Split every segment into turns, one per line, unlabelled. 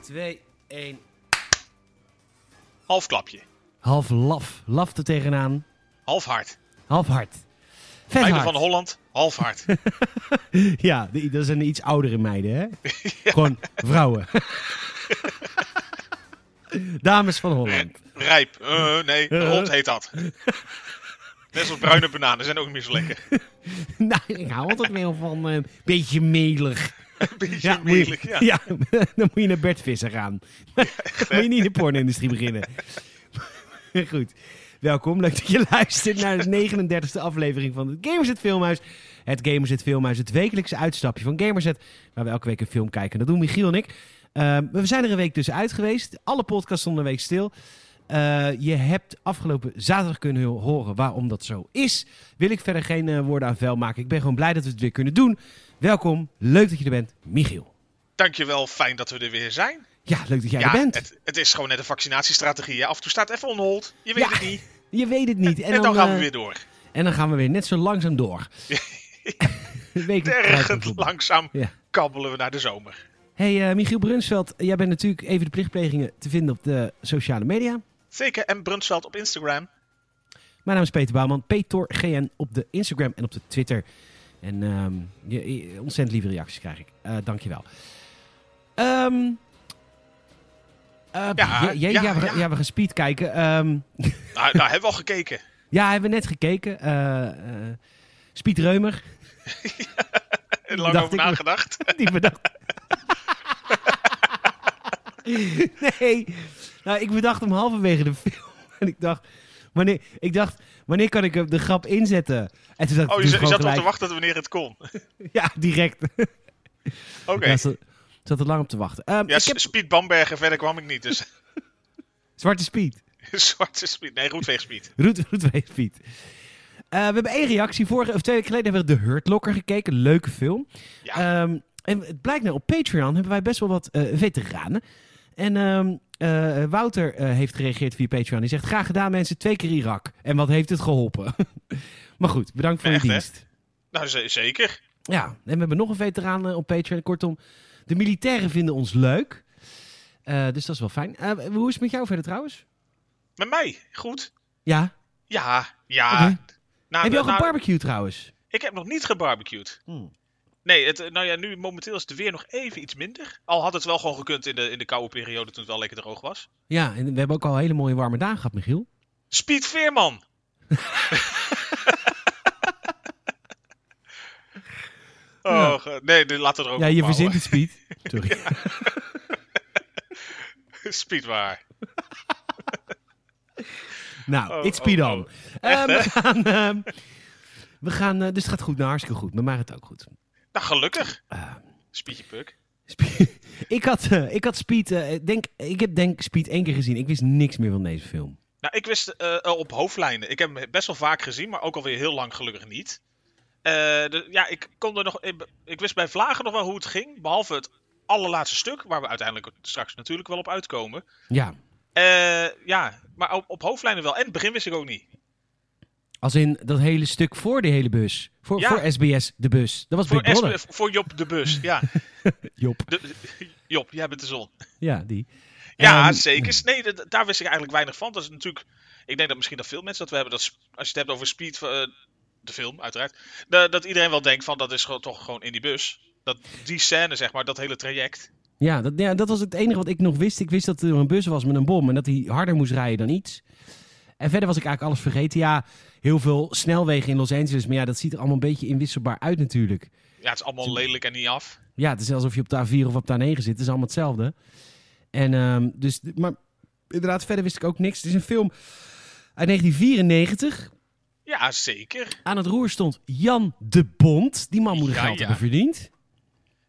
2, 1.
Half klapje.
Half laf. Laf er tegenaan.
Half hard.
Half hard. Vet
Meiden
hard.
van Holland. Half hard.
Ja, die- dat zijn de iets oudere meiden, hè? Gewoon vrouwen. Dames van Holland.
Rijp. Eh, nee, rond heet dat. Net zoals bruine bananen zijn ook niet meer zo lekker.
nou, ik hou altijd wel van eh, een beetje melig.
Beetje
Ja, moet je-
moeilijk. Ja.
ja, dan moet je naar Bert Visser gaan. moet je niet in de porno-industrie beginnen. Goed. Welkom, leuk dat je luistert naar de 39e aflevering van het Gamerset Filmhuis. Het Gamerset Filmhuis, het wekelijkse uitstapje van Gamerset, waar we elke week een film kijken. Dat doen Michiel en ik. Ehm, we zijn er een week tussenuit geweest. Alle podcasts stonden een week stil. Eh, je hebt afgelopen zaterdag kunnen ho- horen waarom dat zo is. Wil ik verder geen eh, woorden aan vuil maken. Ik ben gewoon blij dat we het weer kunnen doen. Welkom, leuk dat je er bent, Michiel.
Dankjewel, fijn dat we er weer zijn.
Ja, leuk dat jij er bent.
Het, het is gewoon net een vaccinatiestrategie. hè. Af en toe staat even on hold. Je weet
Ja.
het niet.
Je weet het niet.
En, dan gaan we
eh,
weer door.
En dan gaan we weer net zo langzaam door. Wekelijk
Tergend
kruidvoetbal.
langzaam
Ja.
kabbelen we naar de zomer.
Hey eh, Michiel Brunsveld, jij bent natuurlijk even de plichtplegingen te vinden op de sociale media.
Zeker. En Brunsveld op Instagram.
Mijn naam is Peter Bouwman, PetorGN op de Instagram en op de Twitter. En ehm, je, je- ontzettend lieve reacties krijg ik. Eh dankjewel. Ehm eh,
Ja,
je- je-
ja,
ja, we,
ja.
gaan- ja, we gaan speed kijken. Ehm,
Nou, daar hebben we al gekeken.
ja, hebben we net gekeken. Eh eh, Speed Reumer.
En lang
Dacht
over
ik-
nagedacht. Oh,
Die bedacht. nee. Nou, ik bedacht hem halverwege de film. En ik dacht, wanneer, ik dacht, wanneer kan ik hem de grap inzetten? En toen dacht ik,
Oh, je,
doe
zat- je
gewoon
zat op
gelijk.
te wachten tot wanneer het kon. Oké.
Ja, direct. Ja, zat, zat er lang op te wachten. Ehm,
Ja,
ik heb
Speed Bambergen, verder kwam ik niet. Dus
Zwarte Speed.
zwarte Speed. Nee, Roetveeg Speed.
Roet, Roetwee Speed. Eh, we hebben één reactie. Vorige of twee weken geleden hebben we The Hurt Locker gekeken. Leuke film.
Ja.
Ehm, en het blijkt nou, op Patreon hebben wij best wel wat eh, veteranen. En ehm, eh, Wouter eh, heeft gereageerd via Patreon. Die zegt, graag gedaan mensen, twee keer Irak. En wat heeft het geholpen? maar goed, bedankt voor
Echt,
je
hè?
dienst.
Nou, ze- zeker.
Ja, en we hebben nog een veteraan eh, op Patreon. Kortom, de militairen vinden ons leuk. Eh, dus dat is wel fijn. Eh, hoe is het met jou verder trouwens?
Met mij. Goed.
Ja,
Ja, ja.
Oké.
Nou,
heb je al
nou,
gebarbecue trouwens?
Ik heb nog niet gebarbecued. Nee, het, eh, nou ja, nu momenteel is het weer nog even iets minder. Al had het wel gewoon gekund in de, in de koude periode toen het wel lekker droog was.
Ja, en we hebben ook al hele mooie warme dagen gehad, Michiel.
Speed Veerman. oh,
Ja.
ge- nee, die laten we er ook
Ja,
op
je
houden.
verzint het speed. Sorry.
Speed waar.
Nou,
Oh,
it's speed
oh,
on.
oh.
Eh, we gaan, ehm, we gaan eh, dus het gaat goed, nou hartstikke goed. Met mij gaat het ook goed.
Nou, gelukkig.
Eh,
Speedje Puk.
Speed- ik, had, eh, ik had Speed, eh, denk, ik heb denk Speed één keer gezien. Ik wist niks meer van deze film.
Nou, ik wist eh, eh, op hoofdlijnen. Ik heb hem best wel vaak gezien, maar ook alweer heel lang gelukkig niet. Eh, de- ja, ik, kon er nog, ik, ik wist bij Vlagen nog wel hoe het ging. Behalve het allerlaatste stuk, waar we uiteindelijk straks natuurlijk wel op uitkomen.
Ja,
Eh, ja, maar op, op hoofdlijnen wel. En het begin wist ik ook niet.
als in dat hele stuk voor de hele bus. Voor,
Ja.
voor SBS, de bus. Dat was
Voor,
Big Brother.
SB voor Job de Bus. Ja,
Job.
de, Job, jij bent de zon.
Ja, die.
Ja,
Ehm,
zeker. Nee, dat- daar wist ik eigenlijk weinig van. Dat is natuurlijk. Ik denk dat misschien dat veel mensen dat we hebben. Dat, sp- als je het hebt over Speed, eh, de film uiteraard. da- dat iedereen wel denkt van dat is gewoon, toch gewoon in die bus. Dat, die scène, zeg maar, dat hele traject.
Ja dat, ja, dat was het enige wat ik nog wist. Ik wist dat er een bus was met een bom en dat hij harder moest rijden dan iets. En verder was ik eigenlijk alles vergeten. Ja, heel veel snelwegen in Los Angeles. Maar ja, dat ziet er allemaal een beetje inwisselbaar uit natuurlijk.
Ja, het is allemaal lelijk en niet af.
Ja, het is alsof je op de A4 of op de A9 zit. Het is allemaal hetzelfde. En, ehm, dus, maar inderdaad, verder wist ik ook niks. Het is een film uit 1994.
Ja, zeker.
Aan het roer stond Jan de Bond. Die man moet er
Ja,
geld
ja.
hebben verdiend.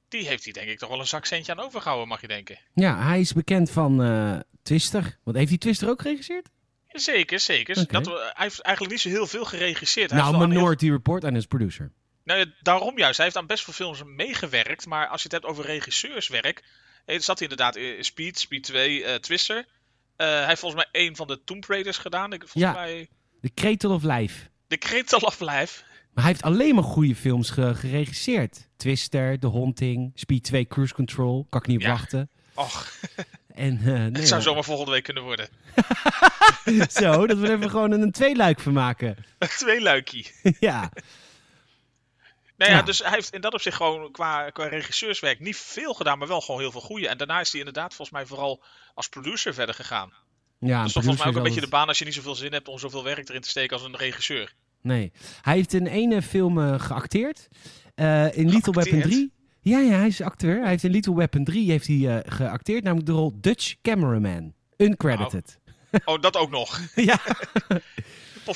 Die heeft hij denk ik toch wel een zakcentje aan overgehouden, mag je denken.
Ja, hij is bekend van eh, Twister. Want heeft hij Twister ook geregisseerd?
Zeker, zeker.
Oké.
Dat, we- hij heeft eigenlijk niet zo heel veel geregisseerd. Hij
nou,
heeft wel aan heel-
Minority Report en is producer.
Nou ja, daarom juist. Hij heeft aan best veel films meegewerkt. Maar als je het hebt over regisseurswerk. eh, Zat hij inderdaad in Speed, Speed 2, eh, Twister. Eh, hij heeft volgens mij één van de Tomb Raiders gedaan. Ik, volgens
Ja.
mij
De Kretel of Lijf.
de Cradle of Life.
Maar hij heeft alleen maar goede films ge- geregisseerd. Twister, The Haunting, Speed 2, Cruise Control. Kan ik niet op
Ja.
wachten.
Och,
En, eh, nee,
het
ja.
zou zomaar volgende week kunnen worden.
Zo, dat we er even gewoon een tweeluik van maken.
Twee luikie.
ja.
Nou ja,
Ja.
dus hij heeft in dat opzicht gewoon qua, qua regisseurswerk niet veel gedaan, maar wel gewoon heel veel goeie. En daarna is hij inderdaad volgens mij vooral als producer verder gegaan.
ja
dat is
een
toch volgens mij ook
producer
een beetje
is
de baan als je niet zoveel zin hebt om zoveel werk erin te steken als een regisseur.
Nee. Hij heeft in ene film eh, geacteerd. Eh, in Little Weapon
Geacteerd?
3. Ja, ja, hij is acteur. Hij heeft in Little Weapon 3 heeft hij, eh, geacteerd, namelijk de rol Dutch Cameraman. Uncredited.
Oh, dat ook nog.
ja.
Potverdomme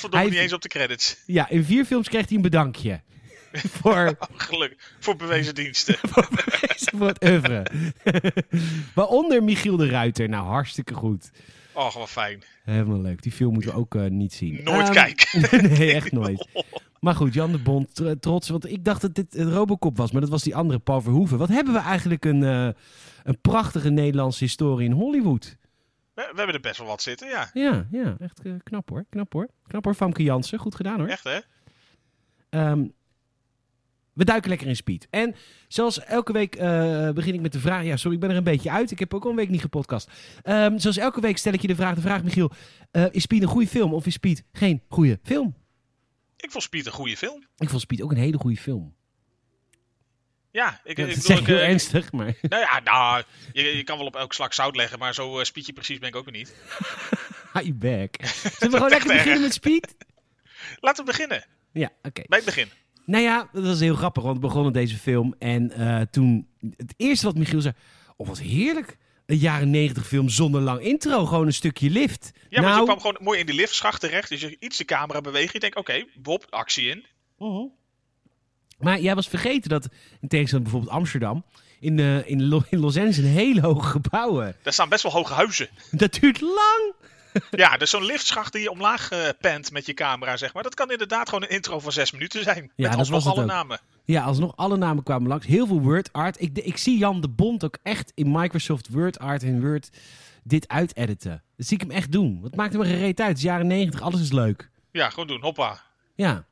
Hij heeft-
niet eens op de credits.
ja, in vier films krijgt hij een bedankje. voor,
Oh, geluk. Voor bewezen diensten.
voor het oeuvre. Waaronder Michiel de Ruiter. Nou, hartstikke goed.
Oh, wat fijn.
Helemaal leuk. Die film moeten we ook eh, niet zien.
Nooit
Ehm,
kijken.
nee, echt nooit. Maar goed, Jan de Bond, tr- trots. Want ik dacht dat dit een Robocop was, maar dat was die andere Paul Verhoeven. Wat hebben we eigenlijk een, eh, een prachtige Nederlandse historie in Hollywood.
We, we hebben er best wel wat zitten, ja.
Ja, ja echt eh, knap hoor. Knap hoor. Knap hoor, Famke Jansen. Goed gedaan hoor.
Echt, hè?
Ehm, we duiken lekker in speed. En zoals elke week eh, begin ik met de vraag... Ja, sorry, ik ben er een beetje uit. Ik heb ook al een week niet gepodcast. Ehm, zoals elke week stel ik je de vraag, de vraag Michiel... eh, is Speed een goede film of is Speed geen goede film?
Ik vond Speed een goede film.
Ik vond Speed ook een hele goede film.
Ja, ik,
Dat
ik
is
bedoel,
echt
ik,
heel
eh,
ernstig, maar...
Nou ja, nou, je, je kan wel op elk slak zout leggen, maar zo eh, speedje precies ben ik ook weer niet.
Hi back. Zullen we gewoon
echt
lekker beginnen met Speed?
Laten we beginnen.
Ja, oké.
Bij het begin.
Nou ja, dat was heel grappig, want we begonnen deze film. En eh, toen, het eerste wat Michiel zei, oh wat heerlijk. Een jaren negentig film zonder lang intro, gewoon een stukje lift.
Ja, want je
Nou,
kwam gewoon mooi in die liftschacht terecht. Dus je iets de camera bewegen. Je denkt, oké, Bob, actie in.
mhm. Maar jij was vergeten dat, in tegenstelling bijvoorbeeld Amsterdam, in, eh, in, Lo- in Los Angeles een hele hoge gebouwen.
Daar staan best wel hoge huizen.
Dat duurt lang.
Ja, dus zo'n liftschacht die je omlaag eh pent met je camera, zeg maar. Dat kan inderdaad gewoon een intro van zes minuten
Ja,
zijn. met
dat was
alsnog
het
alle
ook.
namen.
Ja, alsnog, alle namen kwamen langs. Heel veel word art. Ik, ik zie Jan de Bond ook echt in Microsoft Word art en Word dit uitediten. Dat zie ik hem echt doen. Dat maakt hem er gereed uit. Het is jaren negentig, alles is leuk.
Ja, gewoon doen. Hoppa.
Ja.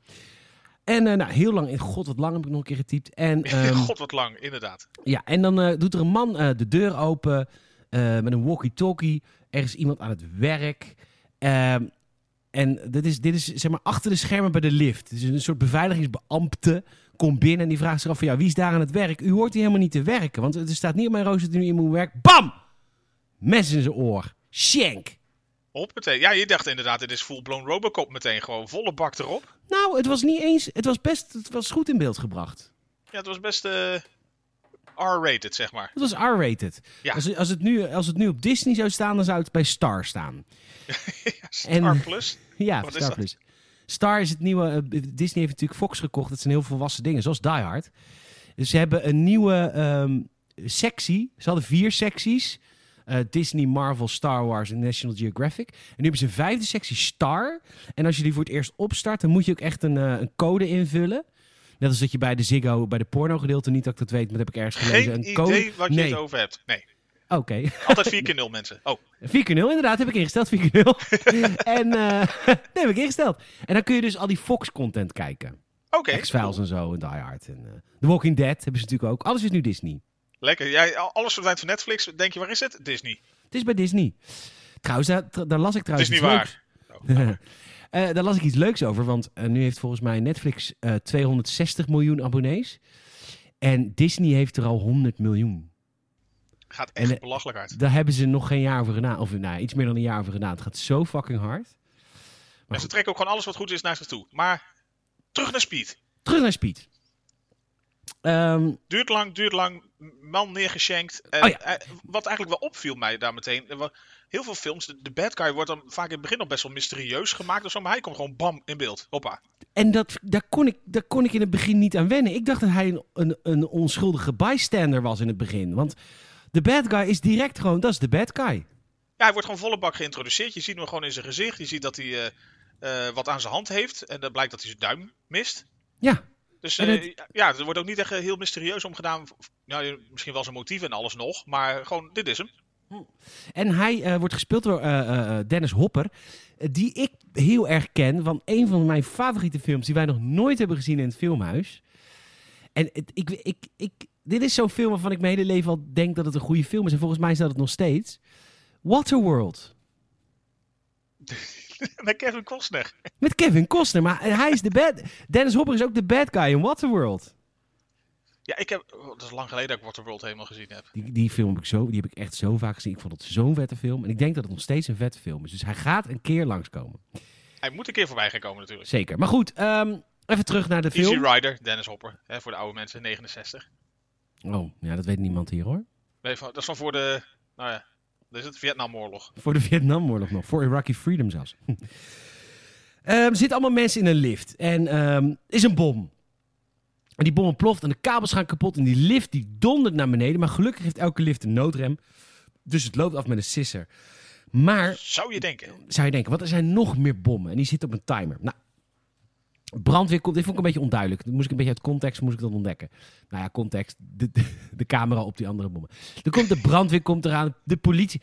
En eh, nou, heel lang, in god wat lang heb ik nog een keer getypt. En, ehm,
God, wat lang, inderdaad.
ja, en dan eh, doet er een man eh, de deur open eh, met een walkie-talkie. Er is iemand aan het werk. Ehm, en dit is, dit is zeg maar achter de schermen bij de lift. Dus een soort beveiligingsbeambte komt binnen en die vraagt zich af van ja, wie is daar aan het werk? U hoort hier helemaal niet te werken, want er staat niet op mijn rooster dat u in moet werken. Bam! Mes in zijn oor. Shank.
Hop, meteen. Ja, je dacht inderdaad, dit is full-blown Robocop meteen. Gewoon volle bak erop.
Nou, het was niet eens, het was best, het was goed in beeld gebracht.
Ja, het was best eh, R-rated, zeg maar.
Het was R-rated.
Ja.
Als, als, het nu, als het nu op Disney zou staan, dan zou het bij Star staan. En-
Star Plus.
Ja,
Wat is
Star
dat?
Plus. Star is het nieuwe. eh, Disney heeft natuurlijk Fox gekocht. Dat zijn heel volwassen dingen, zoals Die Hard. Dus ze hebben een nieuwe ehm, sectie. Ze hadden vier secties: Eh, Disney, Marvel, Star Wars en National Geographic. En nu hebben ze een vijfde sectie, Star. En als je die voor het eerst opstart, dan moet je ook echt een, eh, een code invullen. Net als dat je bij de Ziggo, bij de porno gedeelte, niet dat ik dat weet, maar dat heb ik ergens gelezen.
Geen
dus een
idee
code...
wat je
nee.
het over hebt. Nee.
Oké.
Altijd vier keer nul mensen. Oh,
4 keer 0 inderdaad, heb ik ingesteld. 4 keer 0. en eh dat heb ik ingesteld. En dan kun je dus al die Fox-content kijken.
oké.
X-Files en zo en Die Hard. En, eh, The Walking Dead hebben ze natuurlijk ook. Alles is nu Disney.
Lekker. Ja, alles verdwijnt van Netflix. Denk je, waar is het? Disney.
Het is bij Disney. Trouwens, daar, tr- daar las ik
Het is
trouwens
niet
iets
waar.
leuks. Eh, daar las ik iets leuks over, want eh, nu heeft volgens mij Netflix eh, 260 miljoen abonnees. En Disney heeft er al 100 miljoen.
Gaat
En,
echt
eh,
belachelijk uit.
Daar hebben ze nog geen jaar over gedaan. Of nou, iets meer dan een jaar over gedaan. Het gaat zo fucking hard.
En ze trekken ook gewoon alles wat goed is naar zich toe. Maar terug naar Speed.
Terug naar Speed. Ehm,
Duurt lang, duurt lang. Man neergeschenkt. En,
Oh ja.
eh, wat eigenlijk wel opviel mij daar meteen. eh, wa- Heel veel films, de, de bad guy wordt dan vaak in het begin nog best wel mysterieus gemaakt. Of zo, maar hij komt gewoon bam in beeld. Hoppa.
En dat, daar, kon ik, daar kon ik in het begin niet aan wennen. Ik dacht dat hij een, een, een onschuldige bystander was in het begin. Want de bad guy is direct gewoon, dat is de bad guy.
Ja, hij wordt gewoon volle bak geïntroduceerd. Je ziet hem gewoon in zijn gezicht. Je ziet dat hij eh, eh, wat aan zijn hand heeft. En dan blijkt dat hij zijn duim mist.
Ja,
Dus
En
eh, ja, er wordt ook niet echt eh, heel mysterieus om gedaan. Nou, misschien wel zijn motief en alles nog. Maar gewoon, dit is hem.
en hij eh, wordt gespeeld door eh, eh, eh, Dennis Hopper, eh, die ik heel erg ken. Want een van mijn favoriete films die wij nog nooit hebben gezien in het filmhuis. En het, ik, ik, ik, dit is zo'n film waarvan ik mijn hele leven al denk dat het een goede film is. En volgens mij is dat het nog steeds. Waterworld.
Met Kevin Costner.
Met Kevin Costner. Maar hij is de bad... Dennis Hopper is ook de bad guy in Waterworld.
Ja, ik heb... oh, dat is lang geleden dat ik Waterworld helemaal gezien heb.
Die, die film heb ik, zo, die heb ik echt zo vaak gezien. Ik vond het zo'n vette film. En ik denk dat het nog steeds een vette film is. Dus hij gaat een keer langskomen.
Hij moet een keer voorbij gaan komen natuurlijk.
Zeker. Maar goed, ehm, even terug naar de film.
Easy Rider, Dennis Hopper. Hè, voor de oude mensen, 69.
Oh, ja, dat weet niemand hier hoor.
Nee, van- Dat is van voor de... Nou ja, dat is het Vietnamoorlog.
Voor de Vietnamoorlog nog. Voor Iraqi Freedom zelfs. Ehm zitten allemaal mensen in een lift. En ehm, is een bom. En die bom ontploft en de kabels gaan kapot. En die lift die dondert naar beneden. Maar gelukkig heeft elke lift een noodrem. Dus het loopt af met een sisser. Maar
Zou je denken.
zou je denken, wat er zijn nog meer bommen. En die zitten op een timer. Nou, brandweer komt. Dit vond ik een beetje onduidelijk. Dat moest ik een beetje uit context moest ik dat ontdekken. Nou ja, context. De, de camera op die andere bommen. Er komt de brandweer komt eraan. De politie.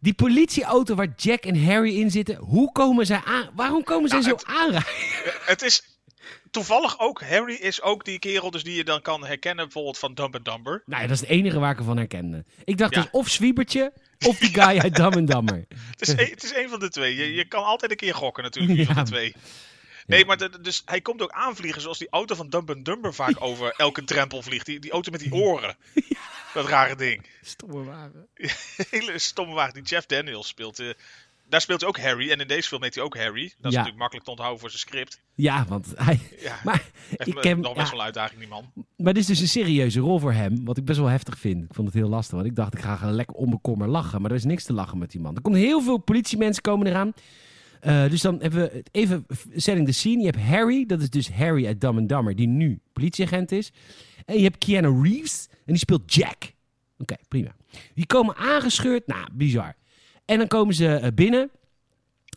Die politieauto waar Jack en Harry in zitten. Hoe komen zij aan? Waarom komen zij
Nou,
zo aanrijden?
Het is... Toevallig ook, Harry is ook die kerel dus die je dan kan herkennen bijvoorbeeld van Dumb and Dumber.
Nou ja, dat is het enige waar ik ervan herkende. Ik dacht
Ja.
dus of Zwiebertje of die guy uit Dam en Dammer.
Het is, een, het is één van de twee. Je, je kan altijd een keer gokken natuurlijk, wie van
Ja.
de twee. Nee,
Ja.
maar de- de- dus hij komt ook aanvliegen zoals die auto van Dumb and Dumber vaak over elke drempel vliegt. Die, die auto met die oren. Dat rare ding.
Stomme wagen.
Hele stomme wagen die Jeff Daniels speelt. eh, daar speelt hij ook Harry en in deze film heet hij ook Harry. Dat is
Ja.
natuurlijk makkelijk te onthouden voor zijn script.
Ja, want hij...
Ja,
Maar
heeft
ik
me-
ken...
nog
ja,
best wel een uitdaging die man.
Maar dit is dus een serieuze rol voor hem, wat ik best wel heftig vind. Ik vond het heel lastig, want ik dacht ik ga gaan lekker onbekommer lachen. Maar er is niks te lachen met die man. Er komt heel veel politiemensen komen eraan. Eh, dus dan hebben we het- even f- setting the scene. Je hebt Harry, dat is dus Harry uit Dumb and Dumber, die nu politieagent is. En je hebt Keanu Reeves, en die speelt Jack. Oké, prima. Die komen aangescheurd, nou, bizar. En dan komen ze eh, binnen.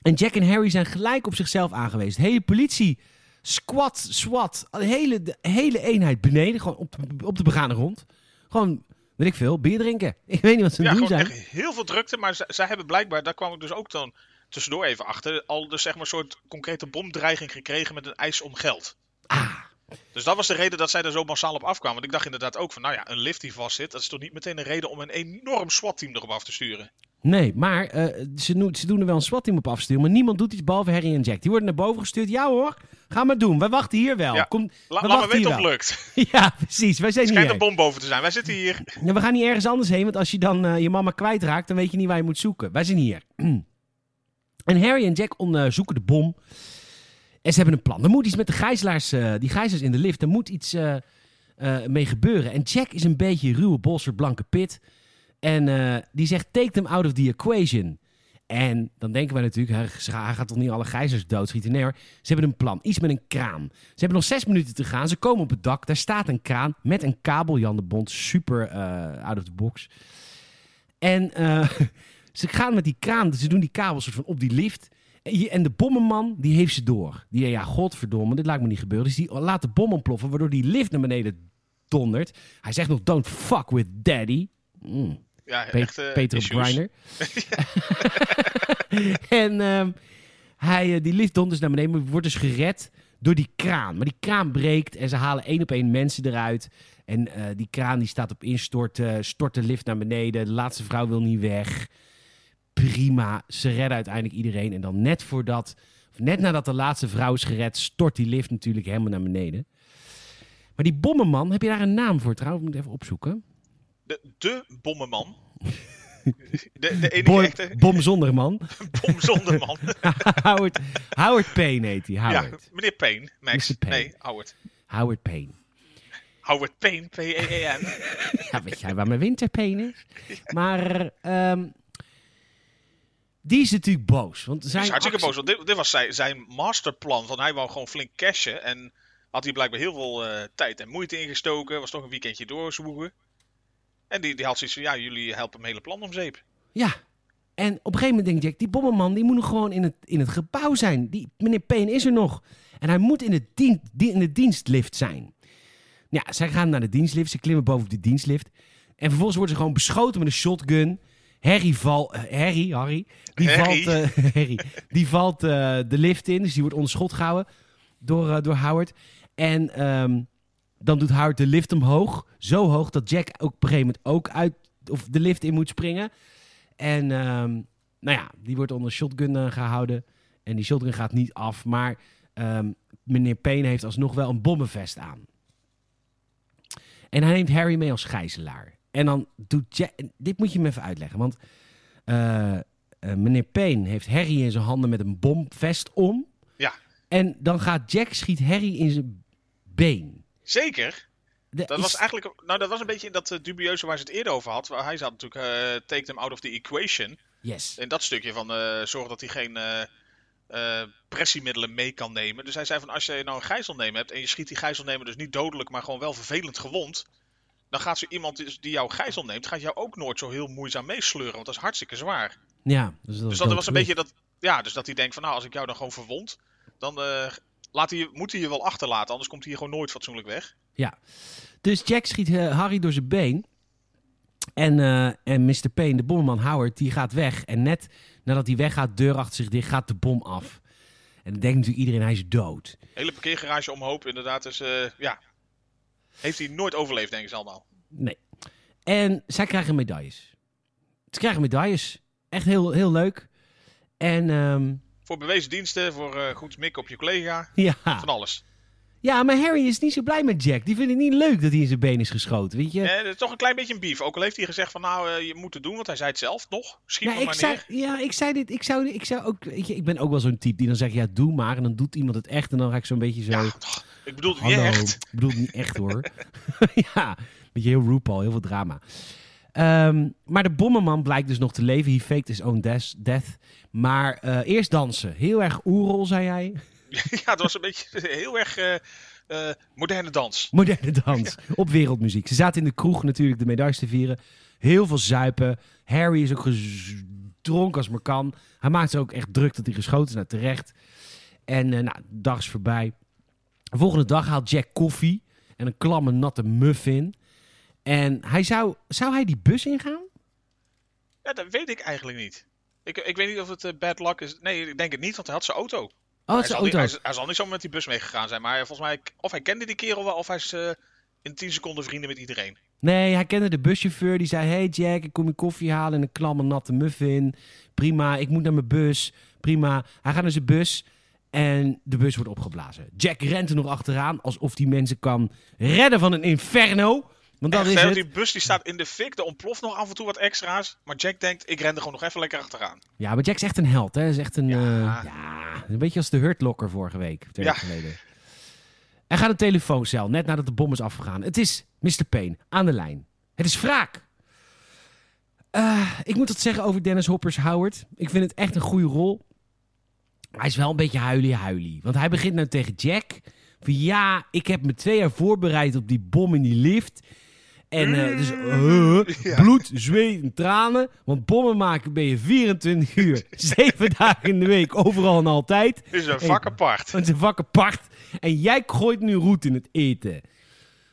En Jack en Harry zijn gelijk op zichzelf aangewezen. De hele politie, squad, SWAT, de hele, de hele eenheid beneden, gewoon op de, op de begane grond. Gewoon, weet ik veel, bier drinken. Ik weet niet wat ze aan
Ja,
het doen
gewoon
zijn.
echt heel veel drukte. Maar z- zij hebben blijkbaar, daar kwam ik dus ook dan tussendoor even achter, al dus zeg maar een soort concrete bomdreiging gekregen met een eis om geld.
Ah,
Dus dat was de reden dat zij er zo massaal op afkwamen. Want ik dacht inderdaad ook van, nou ja, een lift die vast zit, dat is toch niet meteen een reden om een enorm SWAT-team erop af te sturen.
nee, maar eh, ze, noe- ze doen er wel een SWAT-team op afsturen, maar niemand doet iets behalve Harry en Jack. Die worden naar boven gestuurd. Ja hoor, ga maar doen. Wij wachten hier wel.
Ja,
Kom,
La,
we
laat maar
wachten hier
weten of het
wel.
lukt. Het
Ja, precies. Wij zijn
schijnt
hier.
een bom boven te zijn. Wij zitten hier.
Ja, we gaan niet ergens anders heen, want als je dan eh, je mama kwijtraakt, dan weet je niet waar je moet zoeken. Wij zijn hier. en Harry en Jack onderzoeken de bom. En ze hebben een plan. Er moet iets met de gijzelaars, eh, die gijzelaars in de lift, er moet iets eh, eh, mee gebeuren. En Jack is een beetje ruwe bolster, blanke pit. En eh, die zegt, take them out of the equation. En dan denken wij natuurlijk, hè, ze gaan- hij gaat toch niet alle gijzers doodschieten? Nee hoor, ze hebben een plan. Iets met een kraan. Ze hebben nog zes minuten te gaan. Ze komen op het dak. Daar staat een kraan met een kabel, Jan de Bond. Super eh, out of the box. En eh, ze gaan met die kraan, ze doen die kabel soort van op die lift. En je- En de bommenman, die heeft ze door. Die, ja, godverdomme, dit laat me niet gebeuren. Dus die laat de bom ontploffen, waardoor die lift naar beneden dondert. Hij zegt nog, don't fuck with daddy. Mm.
Ja,
Pe-
echt, eh,
Peter
issues.
Griner. en ehm, hij, eh, die lift donders naar beneden, maar wordt dus gered door die kraan. Maar die kraan breekt en ze halen één op één mensen eruit. En eh, die kraan die staat op instorten, stort de lift naar beneden. De laatste vrouw wil niet weg. Prima, ze redden uiteindelijk iedereen. En dan net voordat, of net nadat de laatste vrouw is gered, stort die lift natuurlijk helemaal naar beneden. Maar die bommenman, heb je daar een naam voor trouwens? Moet ik even opzoeken.
De, de bommenman. De, de enige
Boy,
echte
bom zonder man.
bom zonder man.
Howard, Howard Payne heet hij.
ja,
Howard.
meneer Payne. Max.
Mr. Payne.
Nee, Howard.
Howard Payne.
Howard Payne, P-E-E-N.
Ja, weet jij waar mijn winterpeen is? Maar ehm, die is natuurlijk boos. Want zijn
Hij is hartstikke
actie-
boos, want dit, dit was zijn, zijn masterplan. Van hij wou gewoon flink cashen. En had hij blijkbaar heel veel eh, tijd en moeite ingestoken. Was toch een weekendje doorzwoegen. En die, die had zoiets van, ja, jullie helpen mijn hele plan om zeep.
Ja. En op een gegeven moment denkt Jack, die bommenman die moet nog gewoon in het, in het gebouw zijn. Die, meneer Payne is er nog. En hij moet in, het dien, die- in de dienstlift zijn. Ja, zij gaan naar de dienstlift. Ze klimmen boven op die dienstlift. En vervolgens worden ze gewoon beschoten met een shotgun. Harry valt... eh, Harry, Harry. Die
Harry.
valt, eh, Harry, die valt eh, de lift in. Dus die wordt onder schot gehouden door, eh, door Howard. En ehm, Dan doet Howard de lift omhoog. Zo hoog dat Jack ook op een gegeven moment ook uit of de lift in moet springen. En ehm, nou ja, die wordt onder shotgun eh, gehouden. En die shotgun gaat niet af. Maar ehm, meneer Payne heeft alsnog wel een bommenvest aan. En hij neemt Harry mee als gijzelaar. En dan doet Jack... Dit moet je me even uitleggen. Want eh, eh, meneer Payne heeft Harry in zijn handen met een bomvest om.
Ja.
En dan gaat Jack schiet Harry in zijn been.
Zeker.
Er
Dat
is-
was eigenlijk. Nou, dat was een beetje in dat eh, dubieuze waar ze het eerder over had. Waar hij zat natuurlijk. eh, take them out of the equation.
Yes.
En dat stukje van. eh, zorg dat hij geen. eh, eh, pressiemiddelen mee kan nemen. Dus hij zei van als je nou een gijzelnemer hebt en je schiet die gijzelnemer dus niet dodelijk, maar gewoon wel vervelend gewond, dan gaat zo iemand die- die jou gijzel neemt, gaat jou ook nooit zo heel moeizaam meesleuren, want dat is hartstikke zwaar.
Ja. Dus dat,
Dus dat was een
doodgenoeg.
beetje dat, ja, dus dat hij denkt van nou, als ik jou dan gewoon verwond, dan eh, laat hij, je- moet hij je wel achterlaten, anders komt hij hier gewoon nooit fatsoenlijk weg.
Dus Jack schiet eh, Harry door zijn been. En, eh, en Mr. Payne, de bommenman Howard, die gaat weg. En net nadat hij weggaat, deur achter zich dicht, gaat de bom af. En dan denkt natuurlijk iedereen, hij is dood.
Hele parkeergarage omhoop, inderdaad, dus eh, ja. Heeft hij nooit overleefd, denken ze allemaal.
Nee. En zij krijgen medailles. Ze krijgen medailles. Echt heel, heel leuk. En ehm,
Voor bewezen diensten, voor eh, goed mikken op je collega,
ja.
van alles.
ja, maar Harry is niet zo blij met Jack. Die vindt het niet leuk dat hij in zijn been is geschoten, weet je?
Eh, dat is toch een klein beetje een beef, ook al heeft hij gezegd van nou, eh, je moet het doen, want hij zei het zelf, nog. Schiet
Ja,
me
ik
maar
zei,
neer.
ja, ik zei dit. Ik zou, ik zou ook, weet je, ik ben ook wel zo'n type die dan zegt, ja, doe maar. En dan doet iemand het echt. En dan ga ik zo'n beetje zo...
Ja, toch, ik bedoel, je
Hallo,
echt.
Ik bedoel het niet echt hoor. ja, beetje heel RuPaul, heel veel drama. Ehm, maar de bommenman blijkt dus nog te leven. He faked his own death. death. Maar eh, eerst dansen. Heel erg oerol, zei jij.
ja, het was een beetje heel erg eh, eh, moderne dans.
Moderne dans op wereldmuziek. Ze zaten in de kroeg natuurlijk de medailles te vieren. Heel veel zuipen. Harry is ook gez- dronken als maar kan. Hij maakt zich ook echt druk dat hij geschoten is naar terecht. En eh, nou, de dag is voorbij. De volgende dag haalt Jack koffie en een klamme natte muffin. En hij zou, zou hij die bus ingaan?
Ja, dat weet ik eigenlijk niet. Ik, ik weet niet of het eh, bad luck is. Nee, ik denk het niet, want hij had zijn auto.
Oh, het
hij,
is een
zal niet,
auto.
hij, hij zal niet zo met die bus meegegaan zijn. Maar volgens mij, of hij kende die kerel wel, of hij is eh, in 10 seconden vrienden met iedereen.
Nee, hij kende de buschauffeur. Die zei: Hey Jack, ik kom je koffie halen en een klamme natte muffin. Prima, ik moet naar mijn bus. Prima. Hij gaat naar zijn bus en de bus wordt opgeblazen. Jack rent er nog achteraan alsof die mensen kan redden van een inferno. Want dat
Echt,
is
hè,
het.
Die bus die staat in de fik, er ontploft nog af en toe wat extra's. Maar Jack denkt, ik ren er gewoon nog even lekker achteraan.
Ja, maar Jack is echt een held. Hè? Is echt een,
Ja.
eh, ja, een beetje als de Hurtlokker vorige week. Twee
Ja.
weken geleden. Hij gaat een telefooncel, net nadat de bom is afgegaan. Het is Mr. Payne aan de lijn. Het is wraak. Eh, ik moet dat zeggen over Dennis Hoppers Howard. Ik vind het echt een goede rol. Hij is wel een beetje huilie-huilie. Want hij begint nou tegen Jack. Van ja, ik heb me twee jaar voorbereid op die bom in die lift. En eh, dus, eh,
Mm. Ja.
bloed, zweet en tranen. Want bommen maken ben je 24 uur, 7 dagen in de week, overal en altijd.
Dit is een
Hey.
vak apart.
Want ze wakker pacht. En jij gooit nu roet in het eten.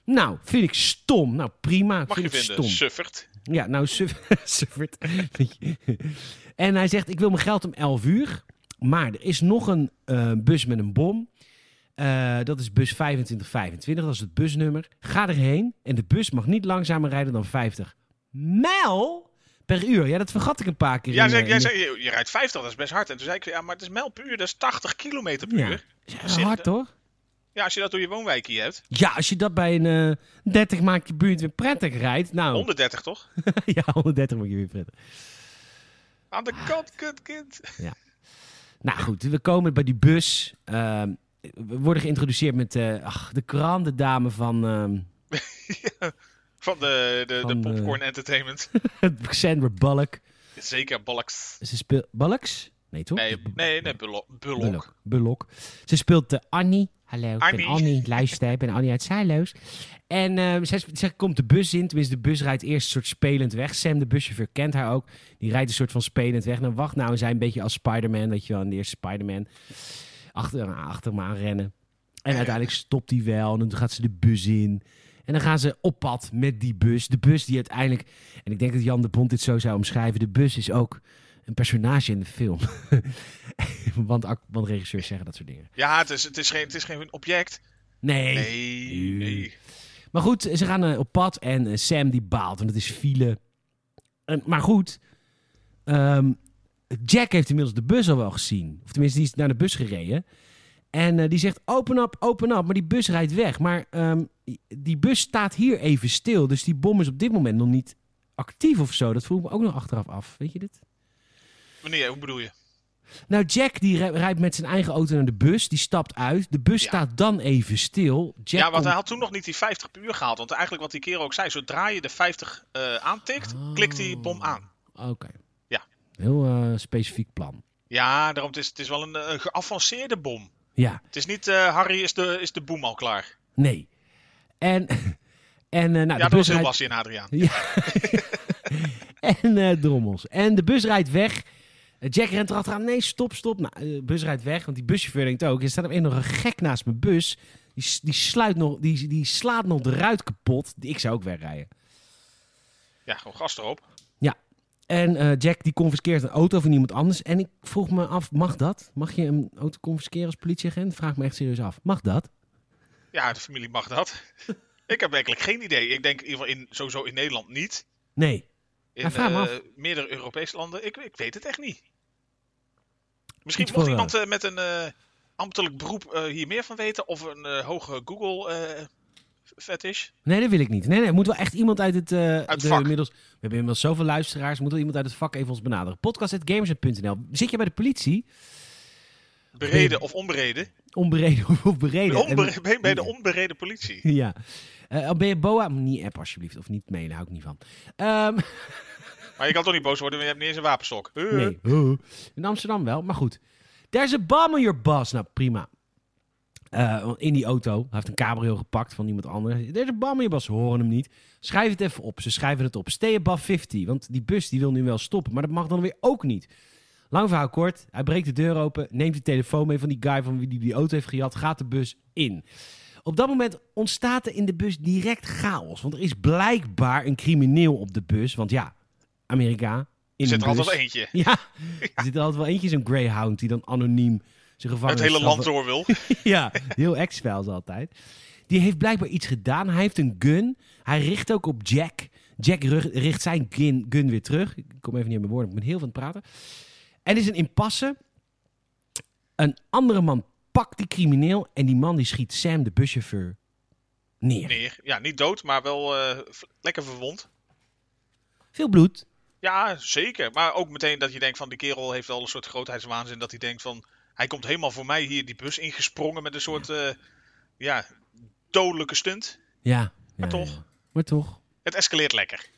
Nou, vind ik stom. Nou, prima.
Mag je
vind ik
vinden, dus.
stom.
suffert.
Ja, nou, suf- suffert. en hij zegt, ik wil mijn geld om 11 uur. Maar er is nog een eh, bus met een bom. Eh, dat is bus 2525, dat is het busnummer. Ga erheen en de bus mag niet langzamer rijden dan 50 mijl per uur. Ja, dat vergat ik een paar keer.
Ja,
in,
zeg,
eh,
jij
in de-
zei, je, je rijdt 50, dat is best hard. En toen zei ik, ja, maar het is mijl per uur, dat is 80 kilometer per
Ja.
uur.
Is echt hard hoor.
Ja, als je dat door je woonwijk hier hebt.
Ja, als je dat bij een eh, 30 maakt je buurt weer prettig rijdt. Nou,
130 toch?
ja, 130 maakt je weer prettig. Ah.
Aan de kant, kutkind.
Nou goed, we komen bij die bus. Ehm, we worden geïntroduceerd met eh, ach, de krantendame van ehm,
Van de, de,
Van, eh,
de Popcorn Entertainment.
Sandra Bullock.
Zeker Balks.
Ze speelt... Bullocks? Nee, toch? Dus
Nee, nee, nee, Bullock. Bullock.
Bullock. Bullock. Ze speelt de Annie. Hallo, ik ben
Annie.
Annie. Luister, ik ben Annie uit Zeiloost. En ehm, zij, zij komt de bus in. Tenminste, de bus rijdt eerst een soort spelend weg. Sam, de buschauffeur, kent haar ook. Die rijdt een soort van spelend weg. Nou, wacht nou, en zij een beetje als Spider-Man. Dat je wel, in de eerste Spider-Man. Achter, nou, achter hem aan rennen. En uiteindelijk stopt hij wel. En dan gaat ze de bus in. En dan gaan ze op pad met die bus. De bus die uiteindelijk... En ik denk dat Jan de Bond dit zo zou omschrijven. De bus is ook een personage in de film. want, act- want regisseurs zeggen dat soort dingen.
Ja, het is, het, is geen, het is geen object.
Nee.
Nee, nee.
Maar goed, ze gaan eh, op pad en eh, Sam die baalt, want het is file. En, maar goed, ehm, Jack heeft inmiddels de bus al wel gezien. Of tenminste, die is naar de bus gereden. En eh, die zegt, open up, open up. Maar die bus rijdt weg. Maar ehm, die bus staat hier even stil. Dus die bom is op dit moment nog niet actief of zo. Dat vroeg ik me ook nog achteraf af. Weet je dit?
Wanneer, hoe bedoel je?
Nou, Jack die ri- rijdt met zijn eigen auto naar de bus. Die stapt uit. De bus
Ja.
staat dan even stil. Jack
ja, want hij
komt-
had toen nog niet die 50 per uur gehaald. Want eigenlijk wat die kerel ook zei, zodra je de 50 eh, aantikt,
Oh.
klikt die bom aan.
Oké.
Ja.
Heel eh, specifiek plan.
Ja, daarom, het is, het is wel een eh, geavanceerde bom.
Ja,
Het is niet, eh, Harry is de, is de boem al klaar.
nee. En, en eh, nou,
ja,
de bus
dat was heel
rijdt...
Bassie en Adriaan.
En eh, drommels. En de bus rijdt weg. Eh, Jack rent erachteraan. Nee, stop, stop. Nou, eh, de bus rijdt weg. Want die buschauffeur denkt ook... Er staat op een nog een gek naast mijn bus. Die, s- die, sluit nog, die, die slaat nog de ruit kapot. Ik zou ook wegrijden.
Ja, gewoon gas erop.
En eh, Jack die confiskeert een auto van iemand anders. En ik vroeg me af, mag dat? Mag je een auto confisceren als politieagent? Vraag me echt serieus af. Mag dat?
Ja, de familie mag dat. ik heb eigenlijk geen idee. Ik denk in ieder geval in, sowieso in Nederland niet.
Nee. Ja,
In
Nou, vraag me
eh, meerdere Europese landen. Ik, ik weet het echt niet. Misschien
Iets
mocht
voor,
iemand eh, met een eh, ambtelijk beroep eh, hier meer van weten. Of een eh, hoge Google eh, fetish.
Nee, dat wil ik niet. Nee, nee, er moet wel echt iemand uit het... eh,
het
de-
vak.
Inmiddels, we hebben inmiddels zoveel luisteraars. Moet wel iemand uit het vak even ons benaderen. Podcast.gamers.nl Zit je bij de politie?
Bereden of onbereden.
Onbereden of bereden?
Bij onbere-
En-
bij- bij de onbereden politie.
Ja. Eh, ben je boa? Niet app alsjeblieft. Of niet mailen, hou ik niet van. Ehm,
Maar je kan toch niet boos worden, want je hebt niet eens een wapenstok. Eh,
Nee. In Amsterdam wel, maar goed. There's a bomb on your bus. Nou, prima. Eh, in die auto. Hij heeft een cabrio gepakt van iemand anders. There's a bomb on your bus. Ze horen hem niet. Schrijf het even op. Ze schrijven het op. Stay above 50. Want die bus die wil nu wel stoppen. Maar dat mag dan weer ook niet. Lang verhaal kort. Hij breekt de deur open. Neemt de telefoon mee van die guy van wie die, die auto heeft gejat. Gaat de bus in. Op dat moment ontstaat er in de bus direct chaos. Want er is blijkbaar een crimineel op de bus. Want ja, Amerika. In
Er zit er
een bus.
altijd eentje.
Ja, er zit er altijd wel eentje zo'n greyhound die dan anoniem zijn gevangen
Het hele land door wil.
Ja, heel X-Files altijd. Die heeft blijkbaar iets gedaan. Hij heeft een gun. Hij richt ook op Jack. Jack rug- richt zijn gun, gun weer terug. Ik kom even niet aan mijn woorden, ik ben heel van het praten. Er is een impasse. Een andere man pakt die crimineel en die man die schiet Sam, de buschauffeur, neer.
Neer. Ja, niet dood, maar wel eh, v- lekker verwond.
Veel bloed.
Ja, zeker. Maar ook meteen dat je denkt van die kerel heeft al een soort grootheidswaanzin. Dat hij denkt van hij komt helemaal voor mij hier die bus ingesprongen met een soort ja, ja dodelijke stunt.
Ja. ja,
toch?
ja. Maar toch.
Het escaleert lekker.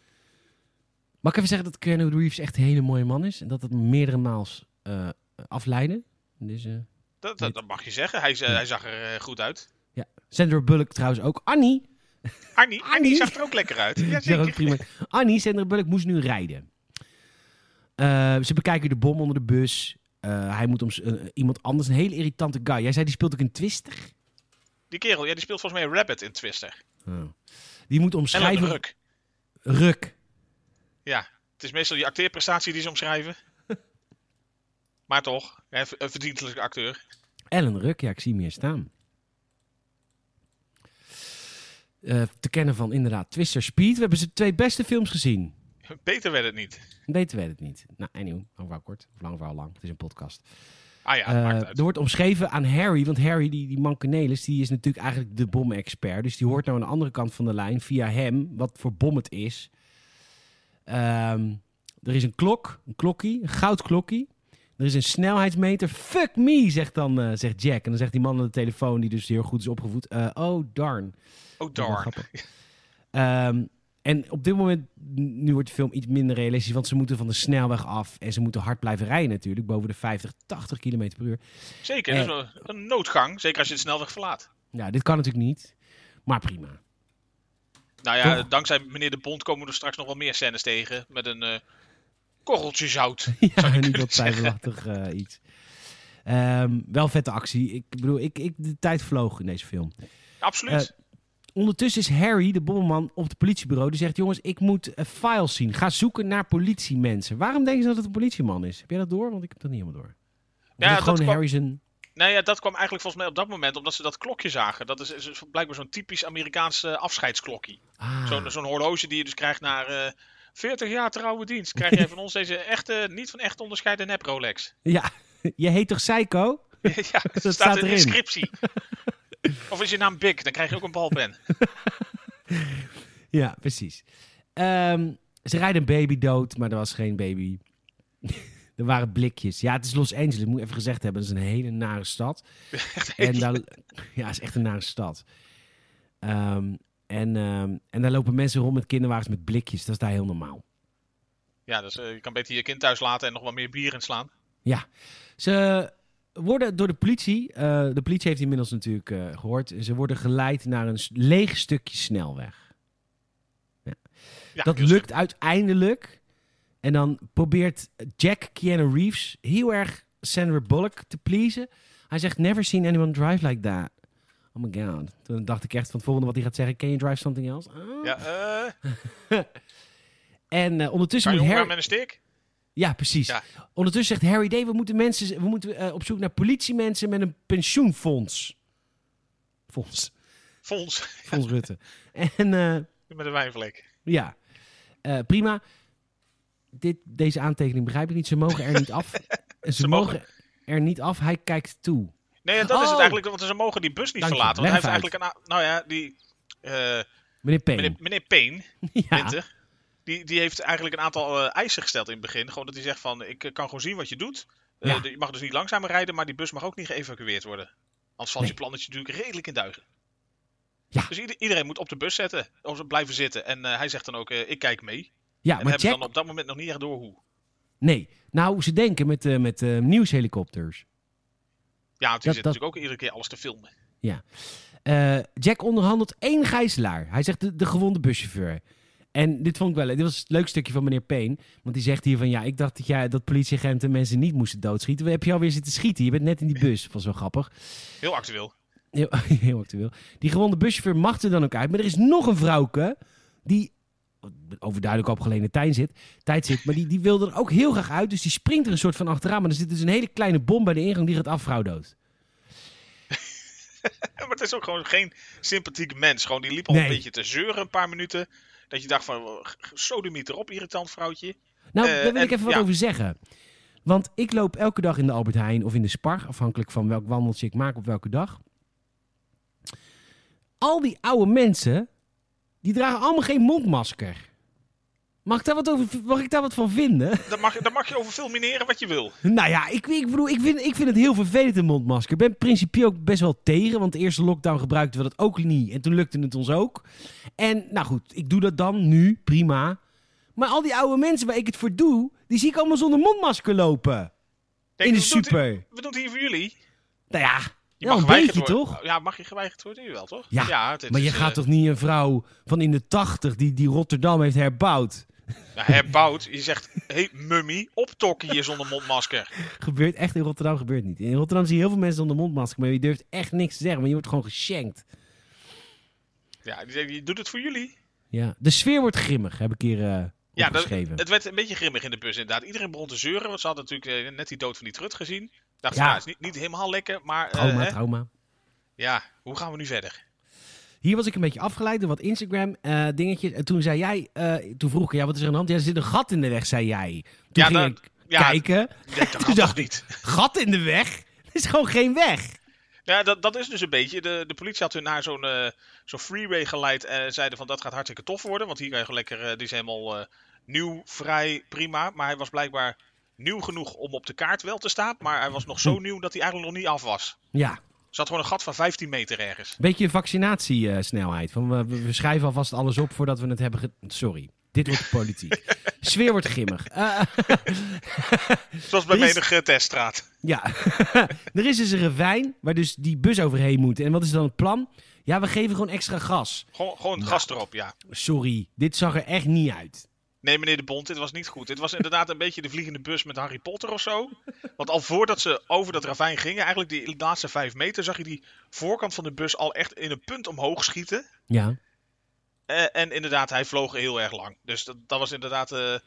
Mag ik even zeggen dat Keanu Reeves echt een hele mooie man is? En dat het meerdere maals eh afleiden? Dus, eh,
Dat, dat, dat mag je zeggen. Hij, z- hij zag er eh, goed uit.
ja. Sandra Bullock trouwens ook. Annie,
Arnie,
Arnie.
Arnie zag er ook lekker uit. Ja,
zeg ook
zeker.
prima. Annie, Sandra Bullock moest nu rijden. Eh, ze bekijken de bom onder de bus. Eh, hij moet om z- eh, iemand anders, een hele irritante guy. Jij zei die speelt ook een twister.
Die kerel, ja, die speelt volgens mij Rabbit in Twister.
Die moet
En een
omschrijven.
ruk.
Ruk.
Ja, het is meestal die acteerprestatie die ze omschrijven. Maar toch, hè, v- een verdientelijke acteur.
Ellen Ruk, ja, ik zie hem hier staan. Eh, te kennen van inderdaad Twister Speed. We hebben zijn twee beste films gezien.
Beter werd het niet.
Weten wij het niet. Nou, anyway, lang verhaal kort. Of lang verhaal lang. Het is een podcast.
Ah ja, dat
Eh,
maakt uit.
er wordt omschreven aan Harry. Want Harry, die, die man Cornelis, die is natuurlijk eigenlijk de bomexpert. Dus die hoort nou aan de andere kant van de lijn via hem wat voor bom het is. Ehm, er is een klok, een klokkie, een goudklokkie. Er is een snelheidsmeter. Fuck me, zegt dan eh, zegt Jack. En dan zegt die man aan de telefoon, die dus heel goed is opgevoed. eh, oh, darn.
Oh,
Dat is wel
darn.
grappig. Ehm, en op dit moment, n- nu wordt de film iets minder realistisch, want ze moeten van de snelweg af en ze moeten hard blijven rijden natuurlijk, boven de 50, 80 km per uur.
Zeker, dat is wel een noodgang. Zeker als je de snelweg verlaat.
Nou, dit kan natuurlijk niet, maar prima.
Nou ja,
Toch?
dankzij meneer de Bond komen we er straks nog wel meer scènes tegen. Met een eh, korreltje zout.
ja, niet
kunnen
wat twijfelachtig eh, iets. Ehm, wel vette actie. Ik bedoel, ik, ik, de tijd vloog in deze film.
Absoluut.
Ondertussen is Harry, de bomman, op het politiebureau. Die zegt, jongens, ik moet eh, files zien. Ga zoeken naar politiemensen. Waarom denken ze dat het een politieman is? Heb jij dat door? Want ik heb dat niet helemaal door. Of
Ja,
dat
dat
gewoon
kwam-
Harry zijn
Nou ja, dat kwam eigenlijk volgens mij op dat moment omdat ze dat klokje zagen. Dat is, is blijkbaar zo'n typisch Amerikaanse afscheidsklokje.
Ah.
Zo'n zo'n horloge die je dus krijgt na eh 40 jaar trouwe dienst. Krijg jij van ons deze echte, niet van echt onderscheiden nep Rolex.
Ja, je heet toch Psycho?
ja, dat staat,
staat
in de
erin.
descriptie. of is je naam Big, dan krijg je ook een balpen.
Ja, precies. Ehm, ze rijden een baby dood, maar er was geen baby. er waren blikjes. Ja, het is Los Angeles, moet ik even gezegd hebben. Het is een hele nare stad. en daar, ja, het is echt een nare stad. Ehm, en, ehm, en daar lopen mensen rond met kinderwagens met blikjes. Dat is daar heel normaal.
Ja, dus eh, je kan beter je kind thuis laten en nog wat meer bier inslaan.
Ja, ze worden door de politie, eh, de politie heeft inmiddels natuurlijk eh, gehoord, ze worden geleid naar een s- leeg stukje snelweg.
Ja, dus-
dat
heel
lukt uiteindelijk. En dan probeert Jack Keanu Reeves heel erg Sandra Bullock te pleasen. Hij zegt, never seen anyone drive like that. Oh my god. Toen dacht ik echt van het volgende wat hij gaat zeggen, can you drive something else? Ah.
slim. Ja, eh,
En eh, ondertussen
kan je
moet
omgaan
Harry...
met een stick?
Ja, precies.
Ja.
Ondertussen zegt Harry D. We moeten, mensen, we moeten eh, op zoek naar politiemensen met een pensioenfonds. Fonds.
Fons,
Fonds Rutte. En eh,
met een wijnvlek.
ja, Eh, prima. Dit, deze aantekening begrijp ik niet. Ze mogen er niet af. En ze,
Ze mogen-
mogen... er niet af. Hij kijkt toe.
Nee, ja, dat is het
Oh.
eigenlijk, want ze mogen die bus niet
Dank je,
verlaten.
leg
Want hij
even
heeft eigenlijk een... a- Nou ja, die... eh,
Meneer Payne.
meneer, meneer Payne,
ja.
20, die, die heeft eigenlijk een aantal eh, eisen gesteld in het begin. Gewoon dat hij zegt van, ik eh, kan gewoon zien wat je doet. Eh,
Ja.
de- je mag dus niet langzamer rijden, maar die bus mag ook niet geëvacueerd worden. Anders valt
Nee.
je plannetje natuurlijk redelijk in duigen.
Ja.
Dus ieder- iedereen moet op de bus zetten, of ze blijven zitten. En eh, hij zegt dan ook, eh, ik kijk mee.
ja,
en we
maar
hebben
Jack...
dan op dat moment nog niet echt door hoe.
Nee. Nou, ze denken met, eh, met eh, nieuwshelikopters.
Ja, want die
Dat-
zit
dat-
natuurlijk ook iedere keer alles te filmen.
Eh, Jack onderhandelt één gijzelaar. Hij zegt de, de gewonde buschauffeur. En dit vond ik wel. Dit was het leuk stukje van meneer Payne. Want die zegt hier van ja, ik dacht dat, jij, dat politieagenten mensen niet moesten doodschieten. Heb je alweer zitten schieten? Je bent net in die bus. Dat was wel grappig.
Heel actueel.
Heel, heel actueel. Die gewonde buschauffeur mag er dan ook uit. Maar er is nog een vrouwke die overduidelijk op geleende tijd zit. Tijd zit maar die, die wil er ook heel graag uit. Dus die springt er een soort van achteraan. Maar er zit dus een hele kleine bom bij de ingang. Die gaat af vrouw dood.
Ja, maar het is ook gewoon geen sympathiek mens. Gewoon, die liep al
Nee.
een beetje te zeuren een paar minuten. Dat je dacht van, "Oh, sodemiet erop, irritant vrouwtje.
Nou,
Eh,
daar wil ik
en-
even wat
ja.
over zeggen. Want ik loop elke dag in de Albert Heijn of in de Spar, afhankelijk van welk wandeltje ik maak op welke dag. Al die oude mensen, die dragen allemaal geen mondmasker. Mag ik daar wat, over, mag ik daar wat van vinden?
Daar mag, daar mag je over filmineren wat je wil.
nou ja, ik, ik bedoel, ik vind, ik vind het heel vervelend, een mondmasker. Ik ben principieel ook best wel tegen, want de eerste lockdown gebruikten we dat ook niet. En toen lukte het ons ook. En nou goed, ik doe dat dan nu, prima. Maar al die oude mensen waar ik het voor doe, die zie ik allemaal zonder mondmasker lopen.
Kijk,
in de
we doen het-
super.
we doen het hier voor jullie.
Nou ja,
Je
wel
mag
een
geweigerd
beetje
worden.
toch?
Ja, mag je geweigerd worden? Nu wel, toch?
Ja,
het, het
Maar je
is,
gaat
eh,
toch niet een vrouw van in de tachtig die, die Rotterdam heeft herbouwd?
nou, herbouwd. Je zegt, hé, hey, mummy, optokken hier zonder mondmasker.
Gebeurt echt in Rotterdam, gebeurt niet. In Rotterdam zie je heel veel mensen zonder mondmasker, maar je durft echt niks te zeggen, want je wordt gewoon geschenkt.
Ja, die zeggen, je doet het voor jullie.
Ja, de sfeer wordt grimmig, heb ik hier eh,
Ja, dat,
opgeschreven.
het werd een beetje grimmig in de bus inderdaad. Iedereen begon te zeuren, want ze hadden natuurlijk eh, net die dood van die trut gezien. Dacht
Ja.
van, nou, is niet, niet helemaal lekker, maar eh,
trauma,
hè,
trauma.
ja, hoe gaan we nu verder?
Hier was ik een beetje afgeleid door wat Instagram-dingetjes. en toen zei jij, eh, toen vroeg ik, ja, wat is er aan de hand? Ja, er zit een gat in de weg, zei jij. Toen
Ja,
ging
dat-
ik
ja.
kijken.
Ik denk, dat
Toen dacht
gaat toch
ik-
niet?
Gat in de weg? Er is gewoon geen weg.
Ja, dat, dat is dus een beetje. De, de politie had hun naar zo'n eh, zo'n freeway geleid en zeiden van dat gaat hartstikke tof worden. Want hier kan je gewoon lekker, eh, die is helemaal eh, nieuw, vrij, prima. Maar hij was blijkbaar nieuw genoeg om op de kaart wel te staan. Maar hij was nog zo nieuw dat hij eigenlijk nog niet af was.
Ja,
Er zat gewoon een gat van 15 meter ergens.
beetje vaccinatiesnelheid. Van we, we schrijven alvast alles op voordat we het hebben. ge- Sorry, dit wordt politiek. Sfeer wordt grimmig. Eh,
Zoals bij
Er is-
menige teststraat.
ja, er is dus een ravijn waar dus die bus overheen moet. En wat is dan het plan? Ja, we geven gewoon extra gas.
Gewoon, gewoon gas erop, ja.
Sorry, dit zag er echt niet uit.
Nee, meneer De Bond, dit was niet goed. Dit was inderdaad een beetje de vliegende bus met Harry Potter of zo. Want al voordat ze over dat ravijn gingen, eigenlijk die laatste vijf meter, zag je die voorkant van de bus al echt in een punt omhoog schieten.
Ja.
Eh, en inderdaad, hij vloog heel erg lang. Dus dat, dat was inderdaad, eh, nou